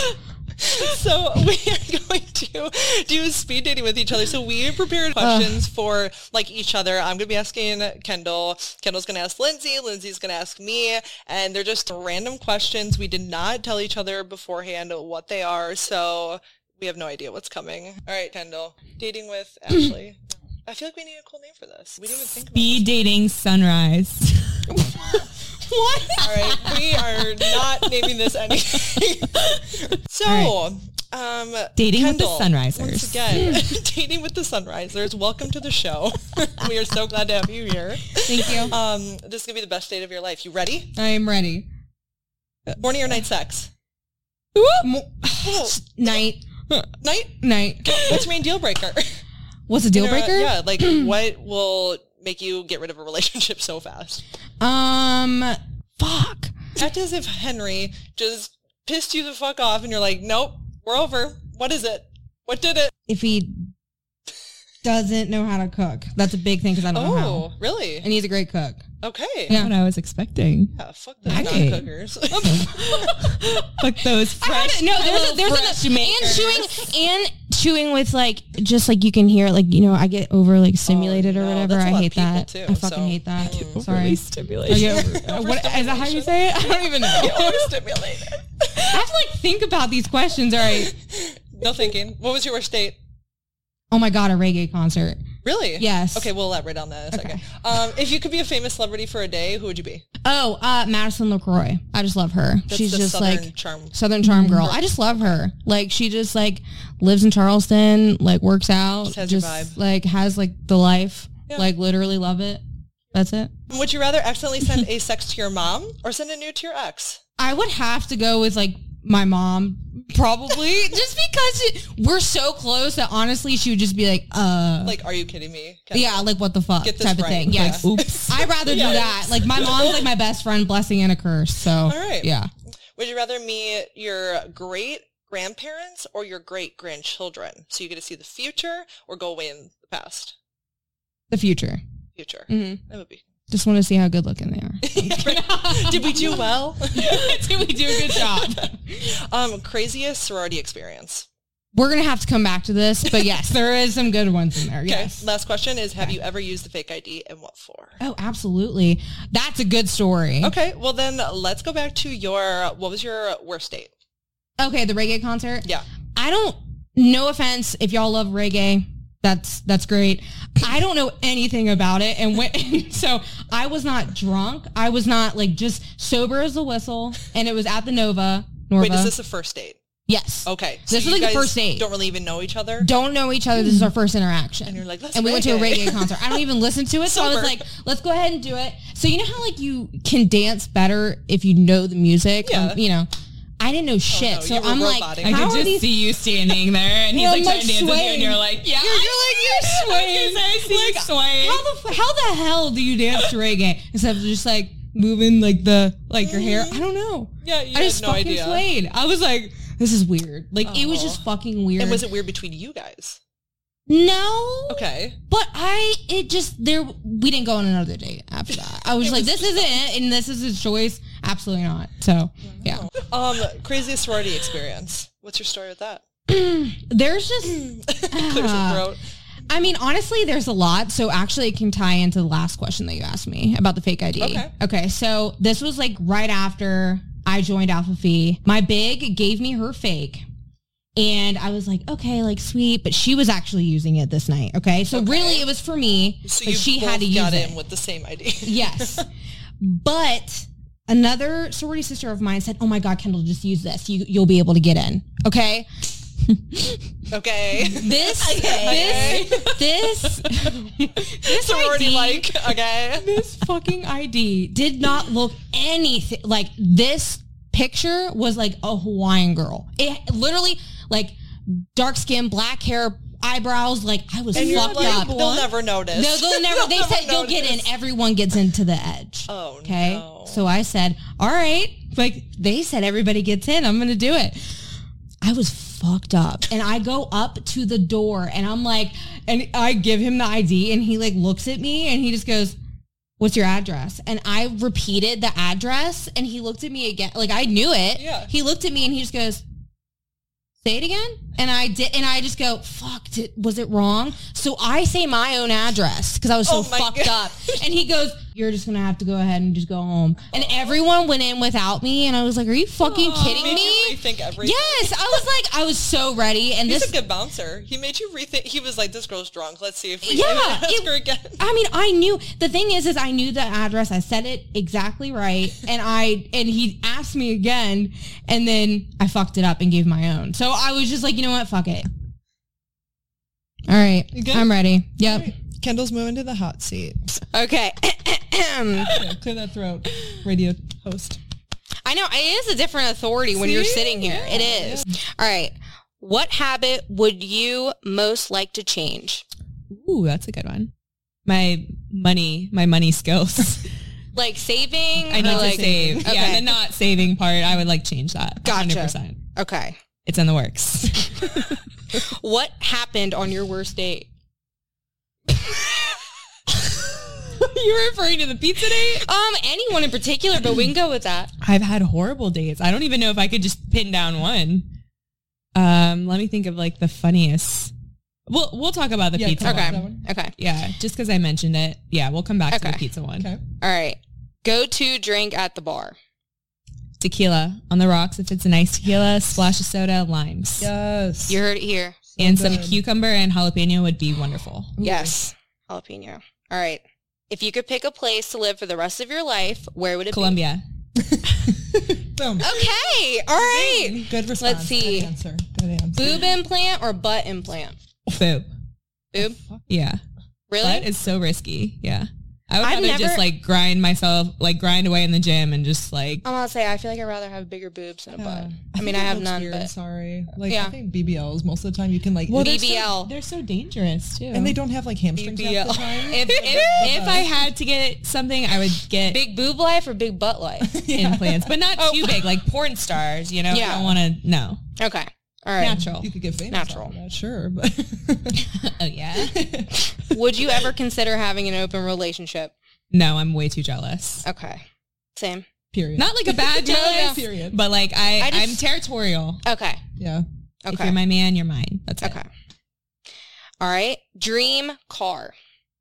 C: so we are going to do speed dating with each other. So we prepared questions for like each other. I'm gonna be asking Kendall. Kendall's gonna ask Lindsay. Lindsay's gonna ask me, and they're just random questions. We did not tell each other beforehand what they are, so we have no idea what's coming. All right, Kendall, dating with Ashley. I feel like we need a cool name for this. We didn't even think about
A: Be dating sunrise.
C: what? All right, we are not naming this anything. so, um,
A: Dating with the
C: Kendall,
A: Sunrisers.
C: Once again, dating with the Sunrisers. Welcome to the show. we are so glad to have you here.
B: Thank you.
C: Um, this is gonna be the best date of your life. You ready?
B: I am ready.
C: Morning or night sex?
B: Mo-
C: Oh,
B: night.
C: night.
B: Night.
C: What's your main deal breaker?
B: What's a deal
C: You know,
B: breaker?
C: Yeah, like what will make you get rid of a relationship so fast?
B: Um. Fuck.
C: Act as if Henry just pissed you the fuck off, and you're like, nope, we're over. What is it? What did it?
B: If he doesn't know how to cook, that's a big thing because I don't know how.
C: Oh, really?
B: And he's a great cook.
C: Okay.
B: Yeah.
A: What I was expecting.
C: Yeah, fuck those
A: Okay.
C: non-cookers.
A: Like those fresh.
B: No, there's
C: oh,
B: a, there's a, and chewing and chewing with like just like you can hear like you know I get over like stimulated
C: Oh,
B: or
C: no,
B: whatever.
C: that's a
B: I
C: lot of
B: hate
C: people,
B: that.
C: too,
B: I fucking
C: so-
B: hate that.
A: Overly
B: Sorry. I
A: stimulated.
B: get over- what, is that how you say it? I don't even know.
C: Overstimulated.
B: I have to like think about these questions. All right.
C: No thinking. What was your worst date?
B: Oh my god, a reggae concert.
C: Really?
B: Yes.
C: Okay, we'll elaborate on that in a
B: Okay.
C: second. Um, if you could be a famous celebrity for a day, who would you be?
B: Oh, uh, Madison LaCroix. I just love her.
C: That's
B: She's
C: the
B: just
C: Southern
B: like
C: charm.
B: Southern charm
C: Mm-hmm.
B: girl. I just love her. Like she just like lives in Charleston, like works out,
C: Just has your vibe.
B: like has like the life.
C: Yeah.
B: Like literally love it. That's it.
C: Would you rather accidentally send a sex to your mom or send a nude to your ex?
B: I would have to go with like my mom probably just because it, we're so close that honestly she would just be like uh
C: Like, are you kidding me? Kind of-
B: yeah like what the fuck
C: Get this
B: type of
C: right.
B: thing
C: Yeah.
B: yes
A: Oops.
B: I'd rather do that like my mom's like my best friend blessing and a curse so all
C: right.
B: yeah
C: Would you rather meet your great grandparents or your great grandchildren? So you get to see the future or go away in the past?
B: the future
C: Future.
B: Mhm.
C: That would be.
B: just want to see how good looking they are
C: Did we do well?
B: did we do a good job
C: Um, craziest sorority experience.
B: We're gonna have to come back to this, but yes, there is some good ones in there.
C: Okay.
B: Yes.
C: Last question is: Have you ever used the fake ID and what for?
B: Oh, absolutely. That's a good story.
C: Okay. Well, then let's go back to your. What was your worst date?
B: Okay, the reggae concert.
C: Yeah.
B: I don't. No offense, if y'all love reggae, that's that's great. I don't know anything about it, and when, so I was not drunk. I was not like just sober as a whistle, and it was at the Nova. Norva.
C: Wait, is this the first date?
B: yes?
C: Okay.
B: This
C: you
B: was like the
C: guys
B: first date.
C: Don't really even know each other.
B: Don't know each other. This is our first interaction.
C: And you're like, "Let's
B: and we went to a
C: reggae."
B: reggae concert. I don't even listen to it, so I was
C: Sober.
B: like, let's go ahead and do it. So you know how like you can dance better if you know the music.
C: Yeah. Oh,
B: Um, you know, I didn't know shit,
C: no,
B: so
C: you were
B: I'm like,
C: roboting.
A: I could
C: How
B: how are
A: just
B: these
A: see you standing there, and he's
B: Yeah,
A: like
B: I'm,
A: trying
B: like,
A: to dance with you,
B: swaying.
A: and you're like, yeah,
C: You're, you're like you're
A: I was gonna say, I see you
C: Like,
A: swaying.
B: how the f- how the hell do you dance to reggae instead of just like moving like the like your hair? I don't know.
C: Yeah, you
B: I
C: had
B: just
C: no
B: fucking
C: idea.
B: swayed. I was like, this is weird. Like it was
C: Oh.
B: just fucking weird.
C: And was it weird between you guys?
B: no,
C: Okay.
B: but I it just there we didn't go on another date after that. I was
C: It
B: like,
C: was
B: this isn't it, and this is his choice. Absolutely not. So yeah,
C: Um, craziest sorority experience. What's your story with that?
B: there's just uh,
C: Clears the throat.
B: I mean, honestly, there's a lot. So actually, it can tie into the last question that you asked me about the fake ID.
C: Okay.
B: Okay. So this was like right after I joined Alpha Phi. My big gave me her fake. And I was like, okay, like sweet, but she was actually using it this night. Okay, so
C: Okay.
B: really, it was for me,
C: So
B: but
C: you
B: she
C: both
B: had to use
C: got
B: it.
C: in with the same ID.
B: Yes. but another sorority sister of mine said, "Oh my God, Kendall, just use this. You you'll be able to get in." Okay.
C: Okay.
B: This
C: Okay.
B: this this this
C: sorority
B: ID
C: like. Okay.
B: this fucking ID did not look anything like this picture was like a Hawaiian girl. It literally like dark skin, black hair, eyebrows. Like I was
C: And you're
B: fucked
C: like,
B: up.
C: they'll never notice.
B: No, they'll never. They
C: They'll
B: said you'll get in.
C: notice.
B: Everyone gets into the edge.
C: Oh,
B: okay.
C: no.
B: So I said, all right. Like they said, everybody gets in. I'm gonna do it. I was fucked up, and I go up to the door, and I'm like, and I give him the ID, and he like looks at me, and he just goes. What's your address? And I repeated the address and he looked at me again. Like I knew it.
C: Yeah.
B: He looked at me and he just goes, say it again and i did and i just go fuck did, was it wrong so i say my own address because i was so
C: Oh my
B: fucked
C: God.
B: up and he goes you're just gonna have to go ahead and just go home and everyone went in without me and i was like are you fucking kidding
C: Made you
B: me
C: rethink everything.
B: yes i was like i was so ready and
C: He's
B: this
C: a good bouncer. He made you rethink. He was like, "This girl's drunk. Let's see if we
B: Yeah,
C: can ask
B: it-
C: her again."
B: I mean, I knew the thing is, is I knew the address. I said it exactly right, and I and he asked me again, and then I fucked it up and gave my own. So I was just like, you know what, fuck it. All right,
C: good?
B: I'm ready. Yep.
C: Kendall's moving to the hot seat.
B: Okay.
C: Clear that throat, radio host.
B: I know it is a different authority when you're
C: See?
B: sitting here. it is. All right. What habit would you most like to change?
A: Ooh, that's a good one. My money, my money skills.
B: Like saving?
A: I need
B: or like,
A: to save.
B: Okay.
A: Yeah, the not saving part, I would like change that.
B: Gotcha.
A: 100%.
B: Okay.
A: It's in the works.
B: What happened on your worst date?
A: You're referring to the pizza date?
B: Um, anyone in particular, but we can go with that.
A: I've had horrible dates. I don't even know if I could just pin down one. Um, let me think of like the funniest. We'll we'll talk about the
C: Yeah,
A: pizza.
C: come on.
A: One.
B: Okay.
C: That one?
B: Okay.
A: Yeah, just because I mentioned it. Yeah, we'll come back to
B: Okay.
A: the pizza one.
C: Okay.
B: All right. Go to drink at the bar.
A: Tequila on the rocks. If it's a nice tequila, splash of soda, limes,
C: Yes.
B: You heard it here.
A: and some
C: good.
A: cucumber and jalapeno would be wonderful.
B: Yes. Jalapeno. All right. If you could pick a place to live for the rest of your life, where would it
A: Colombia.
C: Boom.
B: be? Okay. All right.
C: Good response.
B: Let's see.
C: Good answer. Good answer.
B: Boob implant or butt implant?
A: Food.
B: Boob.
A: Yeah.
B: Really?
A: That is so risky. Yeah. I would
B: I've
A: rather
B: never-
A: just like grind myself, like grind away in the gym and just like,
C: Oh,
B: I'm gonna say I feel like I'd rather have bigger boobs than a butt. I mean,
C: think
B: I
C: it
B: have
C: looks
B: none,
C: weird,
B: but
C: sorry. Like
B: Yeah.
C: I think BBLs most of the time you can like
A: Well,
C: it-
A: they're so-
B: BBL.
A: They're so dangerous too.
C: and they don't have like hamstrings half the
A: BBL.
C: time.
A: If, if, if I had to get something, I would get
B: big boob life or big butt life?
A: implants, but not too big, like porn stars, you know?
B: Yeah.
A: I don't want to, no.
B: okay. All right.
A: Natural.
C: you could get famous.
B: Natural.
C: off of that, sure, but
A: oh, yeah.
B: Would you ever consider having an open relationship?
A: No, I'm way too jealous.
B: Okay. Same.
C: period.
A: Not like a bad
B: No, no.
A: jealous,
C: Period.
A: but like I,
B: I just-
A: I'm territorial.
B: Okay.
C: yeah.
D: If
B: Okay.
D: you're my man, you're mine. That's it.
B: Okay. All right. Dream car.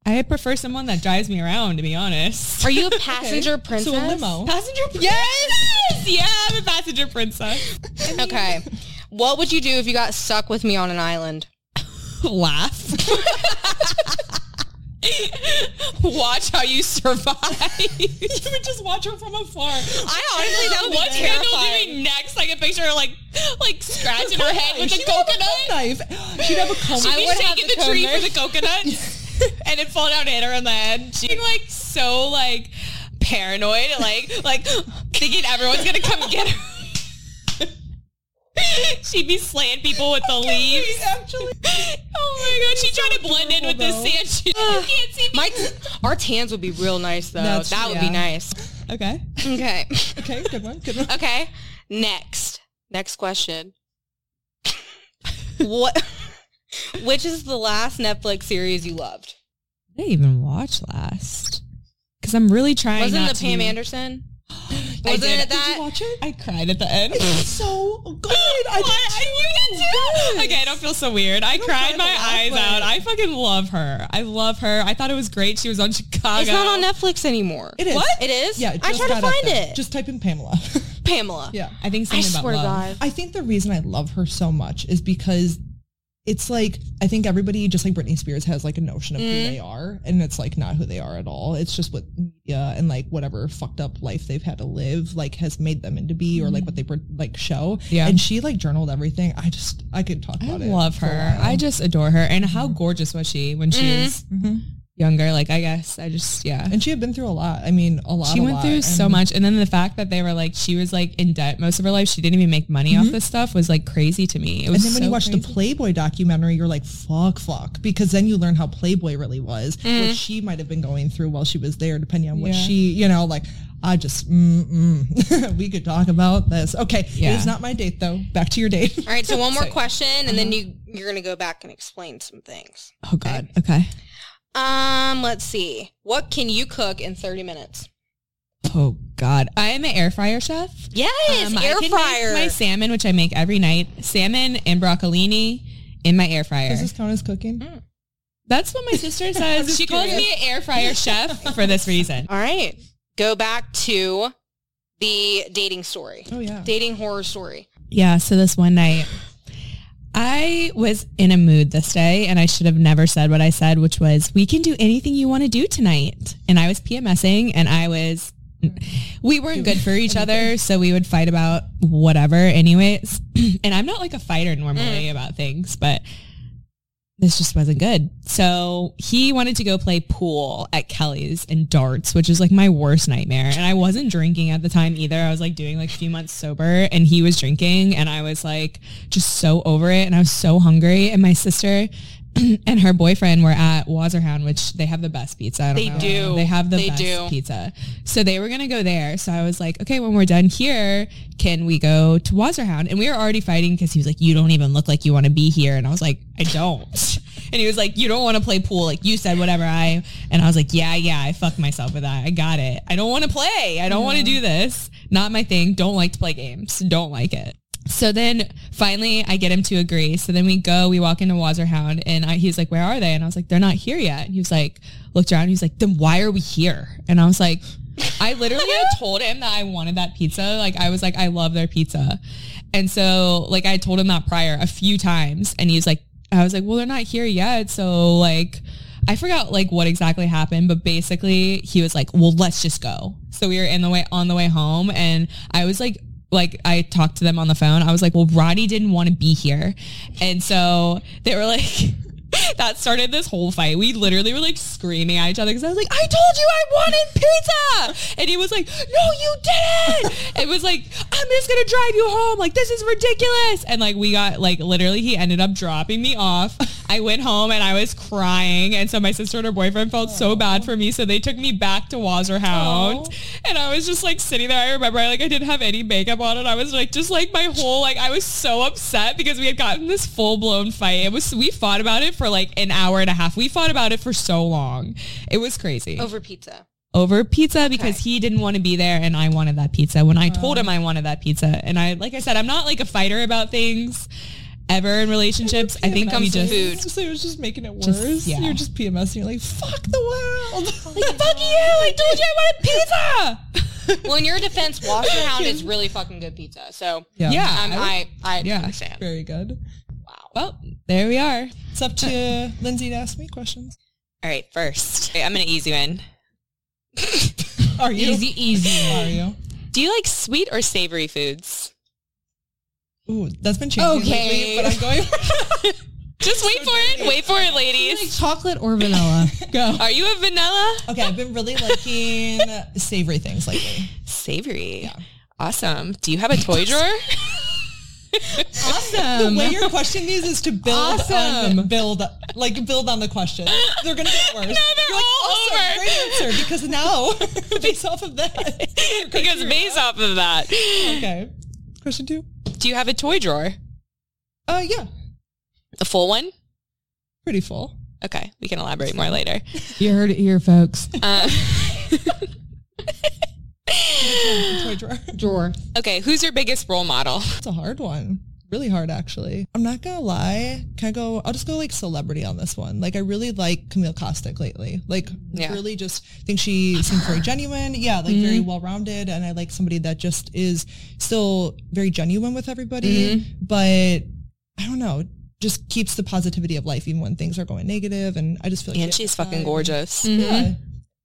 A: I prefer someone that drives me around, to be honest.
D: Are you a passenger princess?
A: So a limo.
D: Passenger princess.
A: Yes! Yeah, I'm a passenger princess.
B: Okay. What would you do if you got stuck with me on an island?
A: Laugh. watch how you survive. you would just watch her from afar.
B: I honestly that would
A: What's
B: be
A: Kendall
B: terrifying.
A: doing next? I can picture her like, like scratching her head with a coconut.
C: knife. She'd have a comb.
A: She'd
B: I
A: be
B: would have
A: shaking
B: the
A: the, tree
B: comb
A: for the coconut, and it fall down and hit her on the head. She's like so like paranoid, and, like like thinking everyone's gonna come get her. She'd be slaying people with the leaves.
C: actually.
A: Oh my god, she's trying to blend in with the
C: adorable,
A: sand. She you can't see me.
B: My t- our tans would be real nice though.
C: That's-
B: that would be
C: yeah.
B: nice.
C: Okay.
B: Okay.
C: Okay. Good one. Good one.
B: Okay. Next. Next question. what? Which is the last Netflix series you loved?
A: I didn't even watch last because I'm really trying.
B: Wasn't
A: not
B: it the
A: to
B: Pam
A: be-
B: Anderson?
A: I
B: Wasn't
A: did.
B: it that?
C: Did you watch it?
A: I cried at the end. Oh
C: It's so good.
A: Why?
C: I
A: you did too? Okay, I don't feel so weird. I, cried
C: cry
A: my
C: at the
A: eyes
C: last
A: out.
C: one.
A: I fucking love her. I love her. I thought it was great. She was on Chicago.
B: It's not on Netflix anymore.
C: It is.
B: What? It is?
C: Yeah.
B: I
C: just
B: tried to
C: got up
B: find
C: there.
B: it.
C: Just type in Pamela.
B: Pamela.
C: yeah.
A: I think
B: I
A: something about
B: swear to
A: love.
B: God.
C: I think the reason I love her so much is because it's like I think everybody, just like Britney Spears, has like a notion of
B: Mm.
C: who
A: Mm-hmm.
C: they are, and it's like not who they are at all. It's just what media and like whatever fucked up life they've had to live like has made them into be, or like what they were like show.
A: Mm-hmm. Yeah.
C: and she like journaled everything. I just I could talk
A: I
C: about it.
A: love
C: for a
A: her.
C: while.
A: I just mm-hmm. adore her. And how gorgeous was she when she
B: Mhm.
A: was
C: Mhm.
A: younger? Like, I guess I just, yeah.
C: and she had been through a lot. I mean, a lot.
A: She
C: a
A: went
C: lot,
A: through so
C: and-
A: much. And then the fact that they were like, she was like in debt most of her life. She didn't even make money off
C: Mhm.
A: this stuff was like crazy to me. It
C: And
A: was
C: then when you
A: so
C: watch the
A: crazy.
C: Playboy documentary, you're like, fuck, fuck. Because then you learn how Playboy really was,
B: Mm.
C: what she might have been going through while she was there, depending on what
A: Yeah.
C: she, you know, like, I just, mm, mm. we could talk about this. Okay. It
A: Yeah.
C: is not my date, though. Back to your date.
B: All right, so one more
A: So-
B: question, and then you you're gonna go back and explain some things.
A: Oh, God. Okay.
B: Um, let's see. What can you cook in 30 minutes?
A: Oh, God. I am an air fryer chef.
B: Yes,
A: Um,
B: air
A: I can
B: fryer.
A: Make my salmon, which I make every night, salmon and broccolini in my air fryer.
C: Does this count as cooking?
A: That's what my sister says.
C: just
A: she calls me
C: curious.
A: an air fryer chef for this reason.
B: All right, go back to the dating story,
C: Oh, yeah.
B: dating horror story.
A: Yeah. So this one night, I was in a mood this day, and I should have never said what I said, which was, "We can do anything you want to do tonight." And I was PMSing, and I was. We weren't good for each other, so we would fight about whatever anyways. and I'm not like a fighter
B: Mm.
A: normally about things, but this just wasn't good. So he wanted to go play pool at Kelly's and darts, which is like my worst nightmare. And I wasn't drinking at the time either. I was like doing like a few months sober and he was drinking and I was like just so over it and I was so hungry. And my sister and her boyfriend were at Wazerhound, which they have the best pizza. I don't
B: They
A: know.
B: do.
A: They have the
B: They
A: best
B: do.
A: pizza. So they were going to go there. So I was like, okay, when we're done here, can we go to Wazerhound? And we were already fighting because he was like, you don't even look like you want to be here. And I was like, I don't. And he was like, you don't want to play pool. Like you said, whatever I, and I was like, yeah, yeah, I fucked myself with that. I got it. I don't want to play. I don't want to do this. Not my thing. Don't like to play games. Don't like it. So then finally I get him to agree. So then we go, we walk into Wazerhound and I, he's like, where are they? And I was like, they're not here yet. And he was like, looked around. He's like, then why are we here? And I was like, I literally had told him that I wanted that pizza. Like I was like, I love their pizza. And so like I told him that prior a few times and he was like, I was like, well, they're not here yet. So like, I forgot like what exactly happened, but basically he was like, well, let's just go. So we were in the way on the way home and I was like, like I talked to them on the phone. I was like, well, Roddy didn't want to be here. And so they were like, that started this whole fight. We literally were like screaming at each other because I was like, I told you I wanted pizza. And he was like, no, you didn't. It was like, I'm just going to drive you home. Like, this is ridiculous. And like, we got like, literally he ended up dropping me off. I went home and I was crying. And so my sister and her boyfriend felt so bad for me. So they took me back to Wazerhound. And I was just like sitting there. I remember I like, I didn't have any makeup on and I was like, just like my whole, like I was so upset because we had gotten this full blown fight. It was, we fought about it for like an hour and a half. We fought about it for so long. It was crazy
B: Over pizza.
A: over pizza because he didn't want to be there and I Oh. wanted that pizza when I told him I wanted that pizza. And I, like I said, I'm not like a fighter about things.
E: ever in relationships. I think we just
A: food.
C: So it was just making it worse.
E: Just- yeah.
C: You're just PMS and you're like, fuck the world.
E: fuck you. I told you I wanted pizza.
B: well, in your defense, Washer Hound is really fucking good pizza. So
C: yeah.
E: Yeah.
B: um, I I
E: Yeah.
B: understand.
C: Very good.
B: Wow.
E: Well, there we are.
C: It's up to Lindsay to ask me questions.
A: All right, first, okay, I'm an easy one.
C: Are you?
B: Easy, easy.
C: Are you?
A: Do you like sweet or savory foods?
C: Ooh, that's been changing
B: Okay.
C: lately, but I'm going
A: Just wait for it. Wait for it, ladies.
B: Chocolate or vanilla?
E: Go.
A: Are you a vanilla?
C: Okay, I've been really liking savory things lately.
A: Savory. Awesome. Do you have a toy drawer?
C: The
A: Um,
E: Awesome.
C: way you're questioning these is to build
E: Awesome.
C: on build like build on the question. They're gonna get worse. No,
A: they're all over.
C: Great answer because now based off of that.
A: because based off of that,
C: Okay. Question two.
A: do you have a toy drawer?
C: Uh yeah.
A: A full one?
C: Pretty full.
A: Okay, we can elaborate more later.
E: You heard it here, folks.
A: Uh,
C: Toy drawer.
B: Drawer.
A: okay, who's your biggest role model?
C: It's a hard one. Really hard, actually. I'm not gonna lie. Can I go? I'll just go like celebrity on this one. Like I really like Camille Kostick lately. Like
A: Yeah. Mm-hmm.
C: really, just think she seems very genuine. Yeah, like very well rounded, and I like somebody that just is still very genuine with everybody.
A: Mm-hmm.
C: But I don't know, just keeps the positivity of life even when things are going negative, and I just feel like
A: And she's fucking gorgeous. Mm-hmm.
C: Yeah.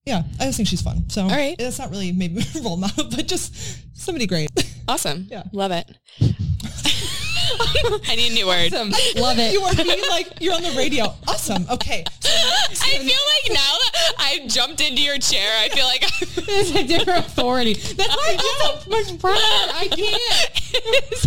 C: Yeah, I just think she's fun. So, all
A: right.
C: that's not really maybe a role model, but just somebody great.
A: Awesome.
C: Yeah.
A: Love it. I need a new word.
B: Love it.
C: You are being like you're on the radio. Awesome. Okay.
A: I feel like now that I've jumped into your chair, I feel like
E: It's a different authority. That's why I'm so much pride. I can't.
A: it's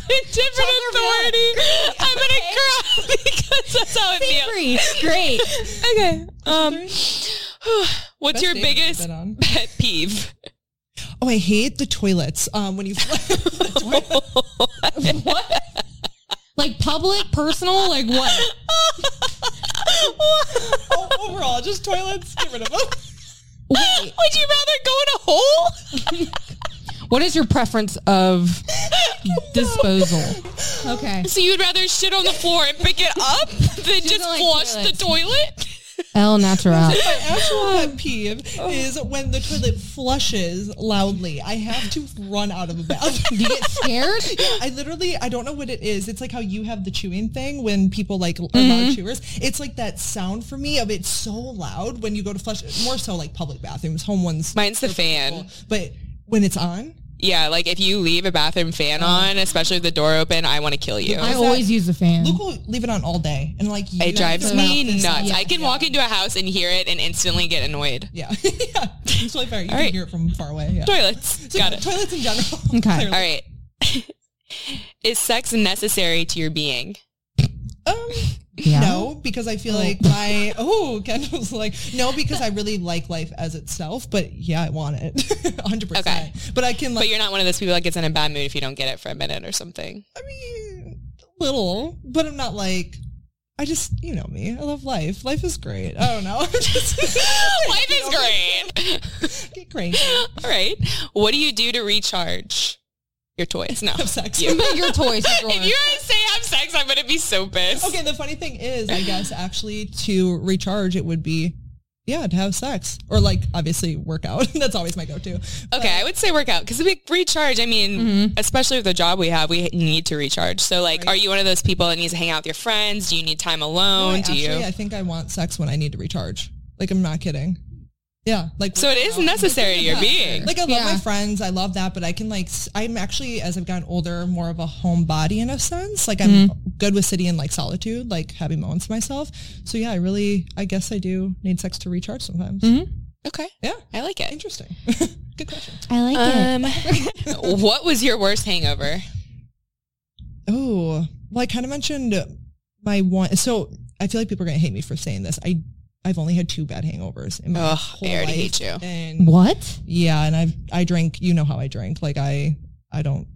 A: a different authority. I'm gonna cry because that's how it feels.
B: Free. Great.
A: Okay. Um, what's your
C: Best name I've
A: biggest
E: uh,
C: been on.
A: pet peeve?
C: Oh, I hate the toilets. Um, when you
B: What? Like public, personal, like what?
C: oh, overall just toilets, get rid of them.
A: Would you rather go in a hole?
B: What is your preference of disposal? Okay.
A: So you'd rather shit on the floor and pick it up than just
B: like
A: flush
B: toilets.
A: the toilet?
B: El natural.
C: My actual pet peeve
B: Oh.
C: is when the toilet flushes loudly. I have to run out of a bathroom.
B: Do you get scared?
C: I literally, I don't know what it is. It's like how you have the chewing thing when people like are
B: Mm-hmm.
C: loud chewers. It's like that sound for me of it's so loud when you go to flush. More so like public bathrooms, home ones.
A: Mine's the fan.
C: But when it's on,
A: Yeah, like if you leave a bathroom fan on, especially if the door open, I want to kill you.
B: I always use the fan.
C: Luke will leave it on all day, and like you
A: It drives me nuts.
C: Yeah,
A: I can walk into a house and hear it and instantly get annoyed.
C: yeah, yeah. It's really fair. You can
A: right.
C: hear it from far away. Yeah.
A: Toilets.
C: So
A: Got it.
C: Toilets in general.
B: Okay.
C: clearly.
A: All right. Is sex necessary to your being?
C: Um,
B: Yeah.
C: No, because I feel like my oh Kendall's like no because I really like life as itself, but yeah, I want it, hundred
A: Okay.
C: percent. But I can
A: But
C: like
A: you're not one of those people that gets in a bad mood if you don't get it for a minute or something.
C: I mean little, but I'm not like I just you know me. I love life. Life is great. I don't know. I'm just
A: Life is great.
C: get crazy.
A: All right. What do you do to recharge your toys? No.
C: Have sex.
A: You.
B: But your toys. your
A: If
B: drawers.
A: you say have sex, I'm gonna be so pissed.
C: Okay, the funny thing is, I guess actually to recharge, it would be, yeah, to have sex or like obviously work out. That's always my go-to.
A: Okay, I would say workout because we recharge. I mean, especially with the job we have, we need to recharge. So, like, are you one of those people that needs to hang out with your friends? Do you need time alone?
C: I
A: Do
C: actually,
A: you?
C: I think I want sex when I need to recharge. Like I'm not kidding. Yeah, like
A: so it is necessary to your being.
C: Like I love
B: Yeah.
C: my friends, I love that, but I can like s- I'm actually as I've gotten older, more of a homebody in a sense. Like I'm
A: Mm-hmm.
C: good with sitting in like solitude, like having moments to myself. So yeah, I really, I guess I do need sex to recharge sometimes.
A: Mm-hmm. okay,
C: Yeah,
A: I like it.
C: interesting. good question.
B: I like
A: Um, what was your worst hangover?
C: Oh, well, I kind of mentioned my one. So I feel like people are gonna hate me for saying this. I I've only had two bad hangovers in my
A: Ugh,
C: whole
A: I already
C: life,
A: hate you.
C: And
B: What?
C: yeah, and I've I drink. You know how I drink. Like I I don't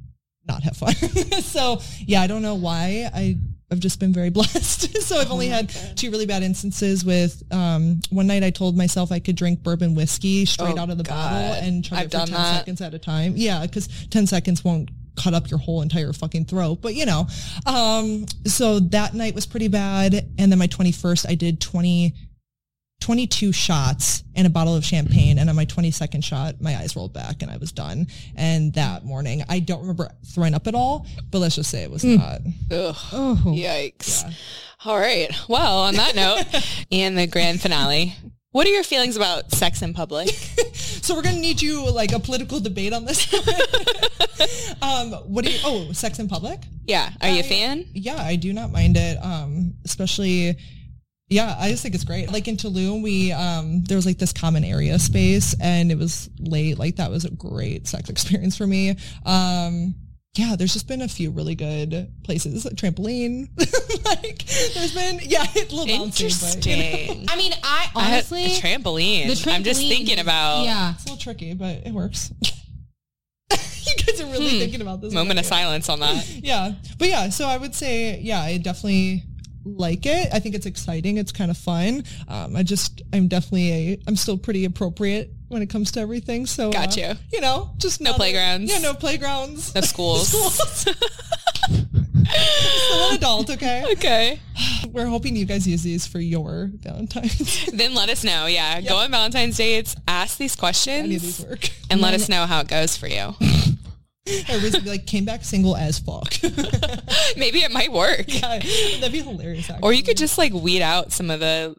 C: not have fun. so yeah, I don't know why I. I've just been very blessed. so I've
A: Oh
C: only had two really bad instances with um, one night I told myself I could drink bourbon whiskey straight
A: Oh,
C: out of the
A: God.
C: bottle and chug
A: I've
C: it for
A: done
C: 10
A: that.
C: seconds at a time. Yeah, because 10 seconds won't cut up your whole entire fucking throat, but you know. Um, so that night was pretty bad. And then my 21st, I did 20, 22 shots and a bottle of champagne. And on my 22nd shot, my eyes rolled back and I was done. And that morning, I don't remember throwing up at all, but let's just say it was
A: Hmm.
C: not.
A: Ugh.
C: Oh,
A: Yikes. All right. Well, on that note, and the grand finale. What are your feelings about sex in public?
C: So we're gonna need you like a political debate on this. um, what do you? Oh, sex in public?
A: Yeah. Are you a
C: I-
A: fan?
C: Yeah, I do not mind it. Um, especially, yeah, I just think it's great. Like in Tulum, we um, there was like this common area space, and it was late. Like that was a great sex experience for me. Um, yeah, there's just been a few really good places, like trampoline. like there's been, yeah, it's a little bouncy, but, you know,
A: Interesting.
B: I mean, I
A: I had-
B: honestly,
A: a trampoline.
B: the
A: I'm just
B: trampoline
A: thinking
B: is-
A: about
B: yeah.
C: it's a little tricky, but it works. you guys are really thinking about this.
A: Hmm. moment of
C: aren't you?
A: silence on that.
C: yeah but yeah so i would say yeah i definitely like it i think it's exciting it's kind of fun um, i just i'm definitely a i'm still pretty appropriate when it comes to everything so uh,
A: Got you.
C: you know just
A: No
C: not a-
A: playgrounds.
C: yeah no playgrounds
A: Of schools.
C: still an adult okay
A: okay.
C: we're hoping you guys use these for your valentine's
A: Then let us know. Yeah. Go on Valentine's dates. Ask these
C: any of
A: questions
C: these work
A: and let us know how it goes for you.
C: everybody's gonna be like came back single as fuck
A: Maybe it might work.
C: Yeah, that'd be hilarious actually.
A: Or you could just like weed out some of the,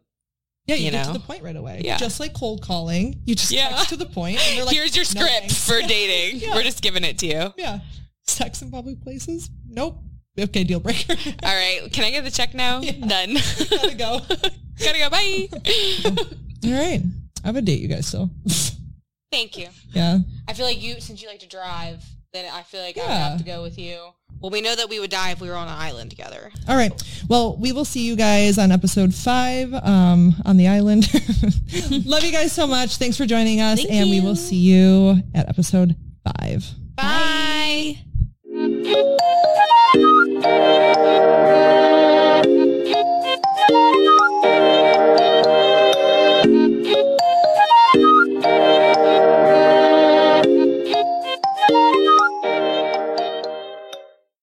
C: yeah you,
A: you
C: get
A: know.
C: to the point right away
A: Yeah.
C: just like cold calling you just
A: Yeah.
C: text to the point and they're like
A: here's your
C: "No
A: script
C: thanks."
A: for dating. We're just giving it to you. All
C: Yeah. Sex in public places? Nope. Okay, deal breaker.
A: right. Can I get the check now? Done.
C: Gotta go.
A: Gotta go. Bye.
C: All right. I have a date, you guys, so.
B: Thank you.
C: Yeah.
B: I feel like you, since you like to drive, then I feel like I would
C: Yeah.
B: have to go with you. Well, we know that we would die if we were on an island together.
C: All right. Well, we will see you guys on episode five um, on the island. Love you guys so much. Thanks for joining us.
B: Thank
C: and we
B: you.
C: will see you at episode five.
B: Bye.